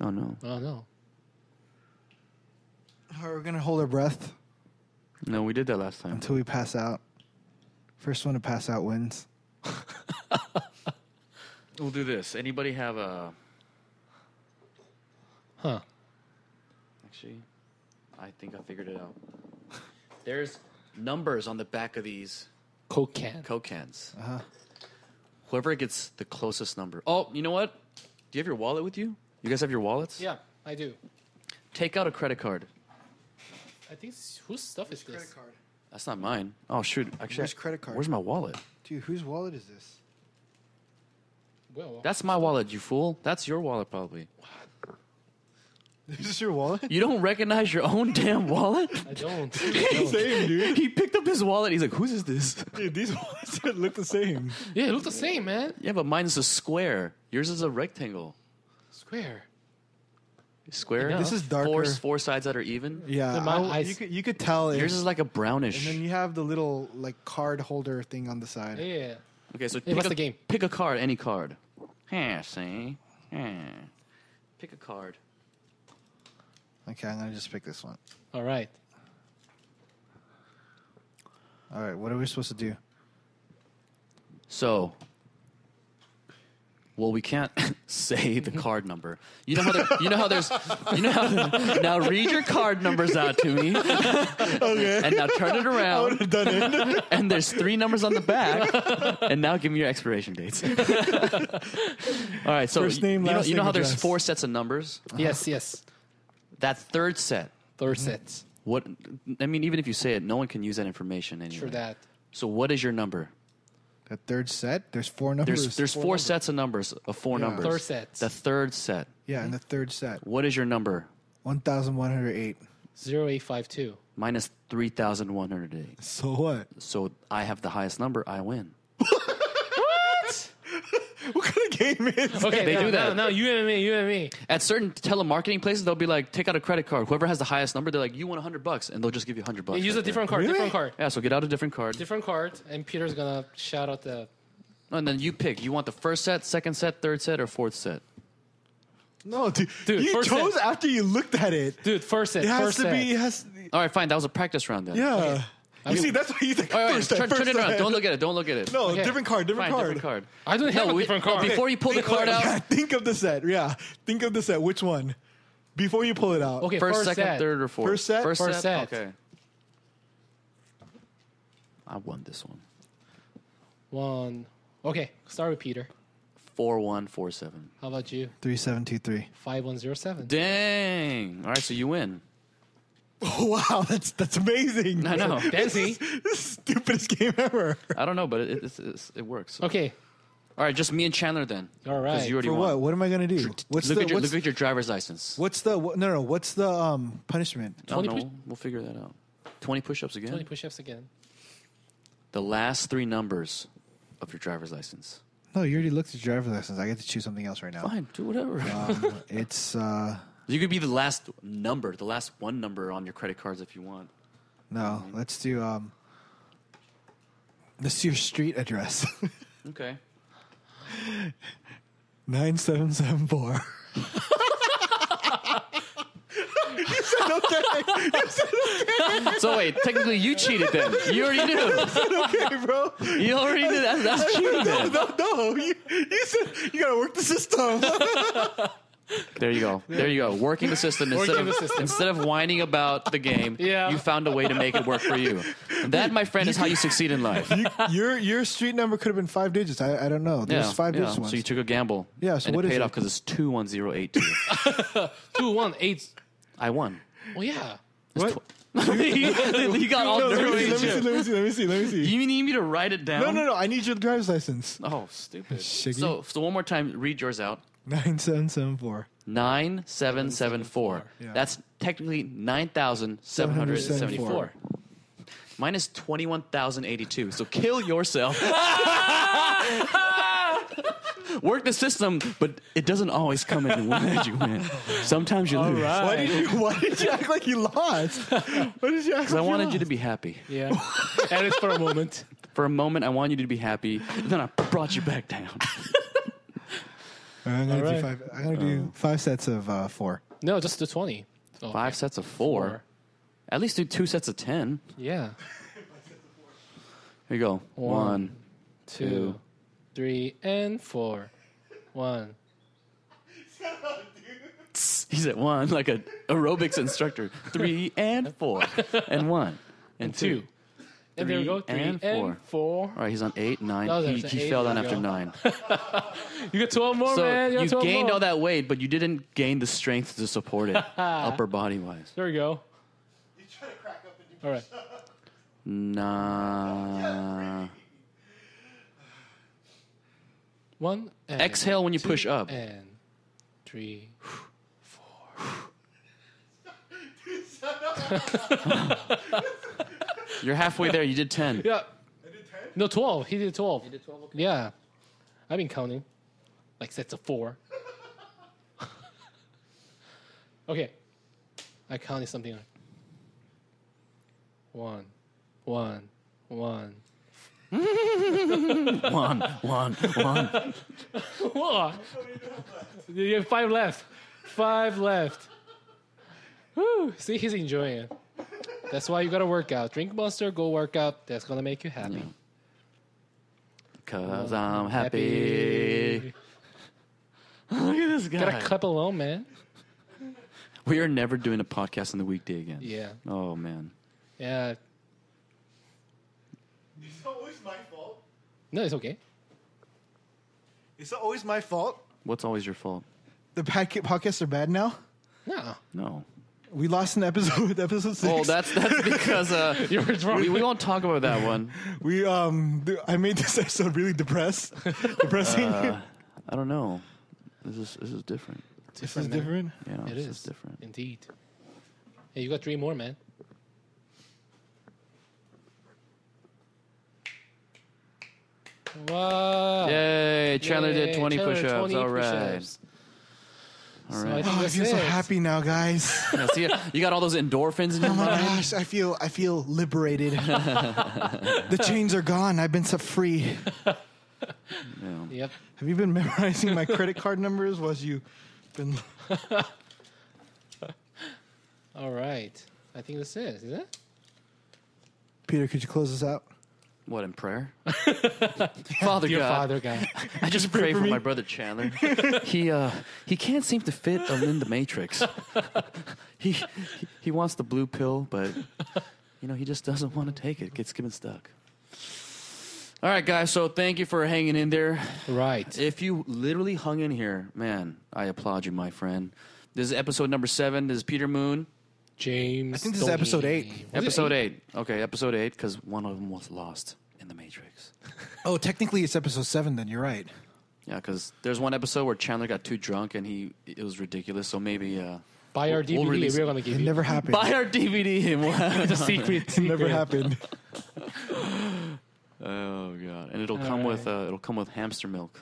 Speaker 2: Oh no.
Speaker 3: Oh no.
Speaker 1: Or we're gonna hold our breath
Speaker 2: No, we did that last time.
Speaker 1: until we pass out. First one to pass out wins.
Speaker 2: We'll do this. Anybody have a?
Speaker 3: Huh.
Speaker 2: Actually, I think I figured it out. There's numbers on the back of these
Speaker 3: Coke can.
Speaker 2: Coke cans. Uh-huh. Whoever gets the closest number. Oh, you know what? Do you have your wallet with you? You guys have your wallets?
Speaker 3: Yeah, I do.
Speaker 2: Take out a credit card.
Speaker 3: I think s- whose stuff is this?
Speaker 1: card,
Speaker 2: That's not mine. Oh shoot! Actually,
Speaker 1: Where's credit card?
Speaker 2: Where's my wallet?
Speaker 1: dude. Whose wallet is this?
Speaker 3: Well,
Speaker 2: That's my wallet, you fool. That's your wallet, probably.
Speaker 1: [LAUGHS] Is this your wallet?
Speaker 2: You don't recognize your own [LAUGHS] damn wallet? [LAUGHS]
Speaker 3: I don't. I don't.
Speaker 1: same, dude.
Speaker 2: he picked up his wallet. He's like, "Whose is this?"
Speaker 1: Dude, these wallets look the same.
Speaker 3: yeah, it looks the same, man.
Speaker 2: Yeah, but mine's a square. Yours is a rectangle.
Speaker 3: Square.
Speaker 2: Square.
Speaker 3: This
Speaker 1: is
Speaker 2: Four,
Speaker 1: darker.
Speaker 2: four sides that are even.
Speaker 1: Yeah,
Speaker 3: Then my
Speaker 1: I-
Speaker 3: eyes-
Speaker 1: you could you could tell. If,
Speaker 2: Yours is like a brownish.
Speaker 1: and then you have the little like card holder thing on the side.
Speaker 3: Yeah.
Speaker 2: okay, so
Speaker 3: what's
Speaker 2: a,
Speaker 3: the game?
Speaker 2: Pick a card, any card. Yeah, see. Yeah. Pick a card.
Speaker 1: Okay, I'm gonna just pick this one.
Speaker 3: All right.
Speaker 1: All right, what are we supposed to do?
Speaker 2: So, well, we can't [LAUGHS] say
Speaker 1: [LAUGHS]
Speaker 2: the card number. You know how there, you know how there's you know how, [LAUGHS] now read your card numbers out to
Speaker 1: [LAUGHS]
Speaker 2: me. okay. And now turn it around.
Speaker 1: [LAUGHS] Done it.
Speaker 2: and there's three numbers on the
Speaker 1: [LAUGHS]
Speaker 2: back. and now give me your expiration dates. [LAUGHS] All right, so
Speaker 1: First name,
Speaker 2: you, know,
Speaker 1: last
Speaker 2: you know
Speaker 1: name,
Speaker 2: how there's
Speaker 1: address.
Speaker 2: four sets of numbers.
Speaker 3: Yes, yes.
Speaker 2: That third set,
Speaker 3: Third set.
Speaker 2: what? I mean, even if you say it, no one can use that information anyway.
Speaker 3: Sure that.
Speaker 2: So what is your number?
Speaker 1: [LAUGHS] The third set. There's four numbers.
Speaker 2: There's there's four, sets of numbers of four
Speaker 1: Yeah.
Speaker 2: numbers.
Speaker 3: Third set.
Speaker 2: The third set.
Speaker 1: yeah, in the third set,
Speaker 2: What is your number?
Speaker 1: one thousand one hundred eight.
Speaker 3: 0852.
Speaker 2: Minus three thousand one hundred eight.
Speaker 1: So what?
Speaker 2: So I have the highest number. I win.
Speaker 1: What kind of game is?
Speaker 3: Okay,
Speaker 2: They
Speaker 3: now,
Speaker 2: do that.
Speaker 3: Now, now you and me, you and me.
Speaker 2: At certain telemarketing places, they'll be like, "Take out a credit card. Whoever has the highest number, they're like, you want hundred bucks,' and they'll just give you hundred bucks."
Speaker 3: use
Speaker 2: right
Speaker 3: a
Speaker 2: there.
Speaker 3: different card,
Speaker 1: Really?
Speaker 3: different card.
Speaker 2: Yeah, so get out a different card.
Speaker 3: Different card, and Peter's gonna shout out the.
Speaker 2: and then you pick. You want the first set, second set, third set, or fourth set?
Speaker 1: No, dude.
Speaker 3: Dude,
Speaker 1: you
Speaker 3: first
Speaker 1: chose
Speaker 3: set.
Speaker 1: after you looked at it.
Speaker 3: Dude, first set.
Speaker 1: It has
Speaker 3: first
Speaker 1: to
Speaker 3: set.
Speaker 1: be. It has.
Speaker 2: All right, fine. That was a practice round then.
Speaker 1: Yeah. You see, that's what you think.
Speaker 2: All right,
Speaker 1: first
Speaker 2: turn,
Speaker 1: step,
Speaker 2: turn
Speaker 1: first
Speaker 2: it around.
Speaker 1: step.
Speaker 2: Don't look at it. Don't look at it.
Speaker 1: No,
Speaker 3: Okay.
Speaker 1: different card, different
Speaker 2: Fine,
Speaker 1: card.
Speaker 2: different card.
Speaker 3: I don't have
Speaker 2: no,
Speaker 3: a
Speaker 2: we-
Speaker 3: different
Speaker 2: no,
Speaker 3: card.
Speaker 2: before you pull the
Speaker 1: Think
Speaker 2: card
Speaker 1: of- yeah,
Speaker 2: out,
Speaker 1: [LAUGHS] think of the set. Yeah, think of the set. Which one? Before you pull it out.
Speaker 3: Okay,
Speaker 2: first,
Speaker 3: first
Speaker 2: second,
Speaker 3: set.
Speaker 2: third, or fourth.
Speaker 1: First set?
Speaker 3: First set.
Speaker 2: Okay. I won this one.
Speaker 3: One. Okay, start with Peter.
Speaker 2: Four one four seven.
Speaker 3: How about you?
Speaker 1: Three seven two three.
Speaker 3: Five one zero seven.
Speaker 2: Dang. All right, so you win.
Speaker 1: [LAUGHS]
Speaker 2: [LAUGHS]
Speaker 1: Wow, that's that's amazing.
Speaker 2: I
Speaker 3: [LAUGHS]
Speaker 2: know.
Speaker 3: Fancy.
Speaker 1: [LAUGHS] This is the stupidest game ever.
Speaker 2: I don't know, but it, it's it's, it works.
Speaker 3: Okay.
Speaker 2: All right, just me and Chandler then.
Speaker 3: All right.
Speaker 2: Because you already
Speaker 1: For
Speaker 2: won.
Speaker 1: what? What am I gonna do? What's
Speaker 2: look,
Speaker 1: the
Speaker 2: at your,
Speaker 1: what's,
Speaker 2: look at your driver's license.
Speaker 1: what's the what, no no? What's the um punishment?
Speaker 2: I don't
Speaker 3: 20 push-
Speaker 2: know. We'll figure that out. 20 push ups again?
Speaker 3: Twenty push-ups again.
Speaker 2: The last three numbers of your driver's license.
Speaker 1: No, you already looked at your driver's license. I get to choose something else right now.
Speaker 2: Fine, do [LAUGHS] whatever.
Speaker 1: [LAUGHS] Um, it's uh
Speaker 2: you could be the last number, the last one number on your credit cards if you want.
Speaker 1: no. Let's do um. Let's do your street address. [LAUGHS]
Speaker 2: Okay.
Speaker 1: Nine seven seven four.
Speaker 2: So wait, technically you cheated then. You already knew.
Speaker 1: Okay, bro.
Speaker 2: You already knew. That's, that's cheating then.
Speaker 1: No, no. You, you said you gotta work the system.
Speaker 2: There you go. There you go. Working the system instead
Speaker 3: Working
Speaker 2: of
Speaker 3: the system.
Speaker 2: instead of whining about the game.
Speaker 3: Yeah.
Speaker 2: You found a way to make it work for you. And that, my friend, is how you succeed in life.
Speaker 1: you, your your street number could have been five digits. I, I don't know. There's five
Speaker 2: yeah.
Speaker 1: digits ones.
Speaker 2: So you took a gamble.
Speaker 1: Yeah, so
Speaker 2: and
Speaker 1: what
Speaker 2: it
Speaker 1: is
Speaker 2: paid
Speaker 1: it?
Speaker 2: off because it's two one zero eight two.
Speaker 3: Two one eight.
Speaker 2: I won.
Speaker 3: Oh yeah.
Speaker 1: what?
Speaker 2: [LAUGHS] he, got all
Speaker 1: No, let, me
Speaker 2: dirty.
Speaker 1: see, let me see. Let me see. Let me see. Let me see.
Speaker 2: You need me to write it down?
Speaker 1: No, no, no. I need your driver's license.
Speaker 2: Oh, stupid.
Speaker 1: Shiggy.
Speaker 2: So, so one more time, read yours out.
Speaker 1: Nine seven seven four.
Speaker 2: Nine seven seven four.
Speaker 1: Yeah.
Speaker 2: That's technically nine thousand seven hundred seventy four. Minus twenty one thousand eighty two. So kill [LAUGHS] yourself. Work the system, but it doesn't always come in when you win. Sometimes you lose.
Speaker 3: right.
Speaker 1: Why did you Why did you act like you lost? Why did you
Speaker 2: [LAUGHS]
Speaker 1: act?
Speaker 2: I
Speaker 1: Like
Speaker 2: wanted you
Speaker 1: lost?
Speaker 2: to be happy.
Speaker 3: [LAUGHS] Yeah. At least for a moment.
Speaker 2: For a moment, I wanted you to be happy. and Then I brought you back [LAUGHS] down.
Speaker 1: I'm gonna
Speaker 3: All
Speaker 1: do
Speaker 3: right.
Speaker 1: five. I'm gonna
Speaker 2: Oh.
Speaker 1: do five sets of uh, four.
Speaker 3: No, just the twenty. Oh,
Speaker 2: Five sets of four.
Speaker 3: Four.
Speaker 2: At least do two sets of ten.
Speaker 3: Yeah.
Speaker 2: Here you go. One,
Speaker 3: One, Two, three, and four. One.
Speaker 2: He's at one, like a aerobics instructor. Three and four, and one, and
Speaker 3: Two.
Speaker 2: two.
Speaker 3: And there we
Speaker 2: Three
Speaker 3: go. Three
Speaker 2: and
Speaker 3: and, four.
Speaker 2: All right, he's on eight, nine.
Speaker 3: That was
Speaker 2: he
Speaker 3: an
Speaker 2: he
Speaker 3: eight.
Speaker 2: fell down
Speaker 3: There you
Speaker 2: after
Speaker 3: go. [LAUGHS]
Speaker 2: nine.
Speaker 3: You got twelve more,
Speaker 2: So
Speaker 3: man. You, got
Speaker 2: you
Speaker 3: 12
Speaker 2: gained
Speaker 3: more.
Speaker 2: all that weight, but you didn't gain the strength to support
Speaker 3: [LAUGHS]
Speaker 2: it, upper body wise.
Speaker 3: There we go. All right.
Speaker 2: Nah.
Speaker 3: One. And
Speaker 2: Exhale when you push up.
Speaker 3: And three.
Speaker 2: You're halfway there. You did
Speaker 3: [LAUGHS]
Speaker 2: ten.
Speaker 3: Yeah. No, 12. He did 12. He did 12, Yeah. I've been counting. Like sets of four. [LAUGHS] okay. I counted something like one, one, one.
Speaker 2: One, one, one.
Speaker 3: Whoa. Oh. you have five left. Five left. Woo. See, he's enjoying it. That's why you gotta work out. Drink Monster, go work out. That's gonna make you happy.
Speaker 2: Cause
Speaker 3: [LAUGHS]
Speaker 2: I'm happy. Look at this
Speaker 3: Gotta
Speaker 2: guy.
Speaker 3: clap alone, man.
Speaker 2: We are never doing a podcast on the weekday again.
Speaker 3: Yeah.
Speaker 2: Oh man.
Speaker 3: Yeah.
Speaker 1: It's always my fault.
Speaker 3: No, it's okay.
Speaker 1: It's always my fault.
Speaker 2: What's always your fault?
Speaker 1: The packet podcasts are bad now.
Speaker 3: No.
Speaker 2: No.
Speaker 1: We lost an episode. [LAUGHS] Episode six.
Speaker 2: Well, Oh, that's that's because uh,
Speaker 3: [LAUGHS] You were drunk.
Speaker 2: we, we won't talk about that one.
Speaker 1: We um, th- I made this [LAUGHS] episode really depressed, depressing.
Speaker 2: I don't know. This is this is different.
Speaker 1: this is different.
Speaker 2: Yeah,
Speaker 3: It
Speaker 2: Oh, this
Speaker 3: is
Speaker 2: different.
Speaker 3: Indeed. Hey, you got three more, man. Wow.
Speaker 2: Yay! Chandler did
Speaker 3: Oh. Yay,
Speaker 2: twenty
Speaker 3: Chandler,
Speaker 2: push-ups.
Speaker 3: 20
Speaker 2: All right.
Speaker 3: push-ups.
Speaker 2: All
Speaker 3: I
Speaker 2: right.
Speaker 3: think
Speaker 1: Oh, I
Speaker 3: that's
Speaker 1: feel so
Speaker 3: it.
Speaker 1: happy now, [LAUGHS] guys.
Speaker 2: Yeah, [LAUGHS] see, you got all those endorphins in your
Speaker 3: [LAUGHS]
Speaker 1: Oh my [LAUGHS]
Speaker 2: mind.
Speaker 1: gosh, I feel I feel liberated. the chains are gone. I've been set free.
Speaker 2: Yeah.
Speaker 3: Yep.
Speaker 1: Have you been memorizing my credit card numbers? Was you been [LAUGHS]
Speaker 3: All right. I think that's it, is it?
Speaker 1: Peter, could you close us out?
Speaker 2: What in
Speaker 3: [LAUGHS]
Speaker 2: prayer? Father
Speaker 3: Dear
Speaker 2: God,
Speaker 3: Father God,
Speaker 2: I just pray, for, my brother [LAUGHS] Chandler. he uh, he can't seem to fit um, in the [LAUGHS] matrix. he, he he wants the blue pill, but you know he just doesn't want to take it. Gets given stuck. All right, guys. So thank you for hanging in there.
Speaker 3: [LAUGHS] right?
Speaker 2: If you literally hung in here, man, I applaud you, my friend. This is episode number seven. This is Peter Moon.
Speaker 3: James. I
Speaker 1: think this is episode eight.
Speaker 2: episode eight? Okay, episode eight, because one of them was lost in the Matrix.
Speaker 1: Oh, technically it's episode seven. Then you're right.
Speaker 2: Yeah, because there's one episode where Chandler got too drunk and he it was ridiculous. So maybe uh,
Speaker 3: Buy our
Speaker 2: we'll-
Speaker 3: DVD.
Speaker 2: we'll release
Speaker 3: we're
Speaker 2: it.
Speaker 3: gonna give
Speaker 1: It
Speaker 3: you [LAUGHS]
Speaker 1: never happened.
Speaker 2: buy our DVD and we'll have
Speaker 3: the secret.
Speaker 1: It never happened.
Speaker 2: Oh god, and it'll come with uh, it'll come with hamster milk,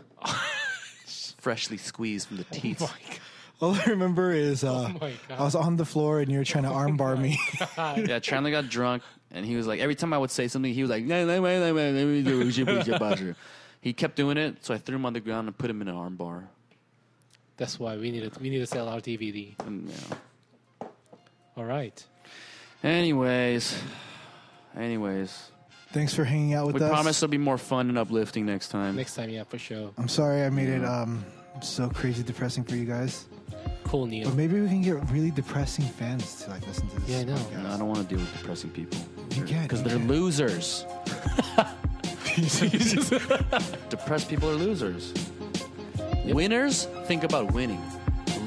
Speaker 2: freshly squeezed from the teats.
Speaker 1: All I remember is uh,
Speaker 3: Oh my God. Oh
Speaker 1: I was on the floor and you were trying to armbar me.
Speaker 2: yeah, Chandler got drunk and he was like, every time I would say something, he was like, "Nah, nah, nah, nah, nah, nah, nah, nah, nah, nah." he kept doing it. So I threw him on the ground and put him in an arm bar.
Speaker 3: That's why we need to we need to sell our DVD.
Speaker 2: And, you know.
Speaker 3: All right.
Speaker 2: Anyways, anyways,
Speaker 1: [LAUGHS] Thanks for hanging out with
Speaker 2: we
Speaker 1: us.
Speaker 2: promise it'll be more fun and uplifting next time.
Speaker 3: Next time, yeah, for sure.
Speaker 1: I'm sorry I made it um so crazy depressing for you guys.
Speaker 3: Cool,
Speaker 1: But [LAUGHS]
Speaker 3: Neil.
Speaker 1: maybe we can get really depressing fans to like listen to this.
Speaker 3: Yeah, I know.
Speaker 1: podcast.
Speaker 2: No, I don't want to deal with depressing people.
Speaker 1: You can't,
Speaker 2: Because
Speaker 1: you
Speaker 2: they're
Speaker 1: can't.
Speaker 2: losers. Depressed people are losers. Winners think about winning.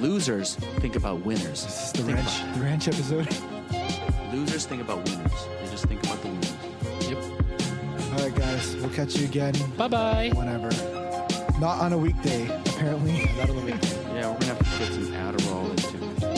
Speaker 2: Losers think about winners.
Speaker 1: This is the
Speaker 2: Think
Speaker 1: ranch, the ranch episode. [LAUGHS]
Speaker 2: about- losers think about winners. They just think about the winners.
Speaker 3: Yep.
Speaker 1: All right, guys, we'll catch you again
Speaker 3: Bye bye.
Speaker 1: whenever. Not on a weekday, apparently. [LAUGHS]
Speaker 2: Yeah, we're gonna have to put some Adderall into.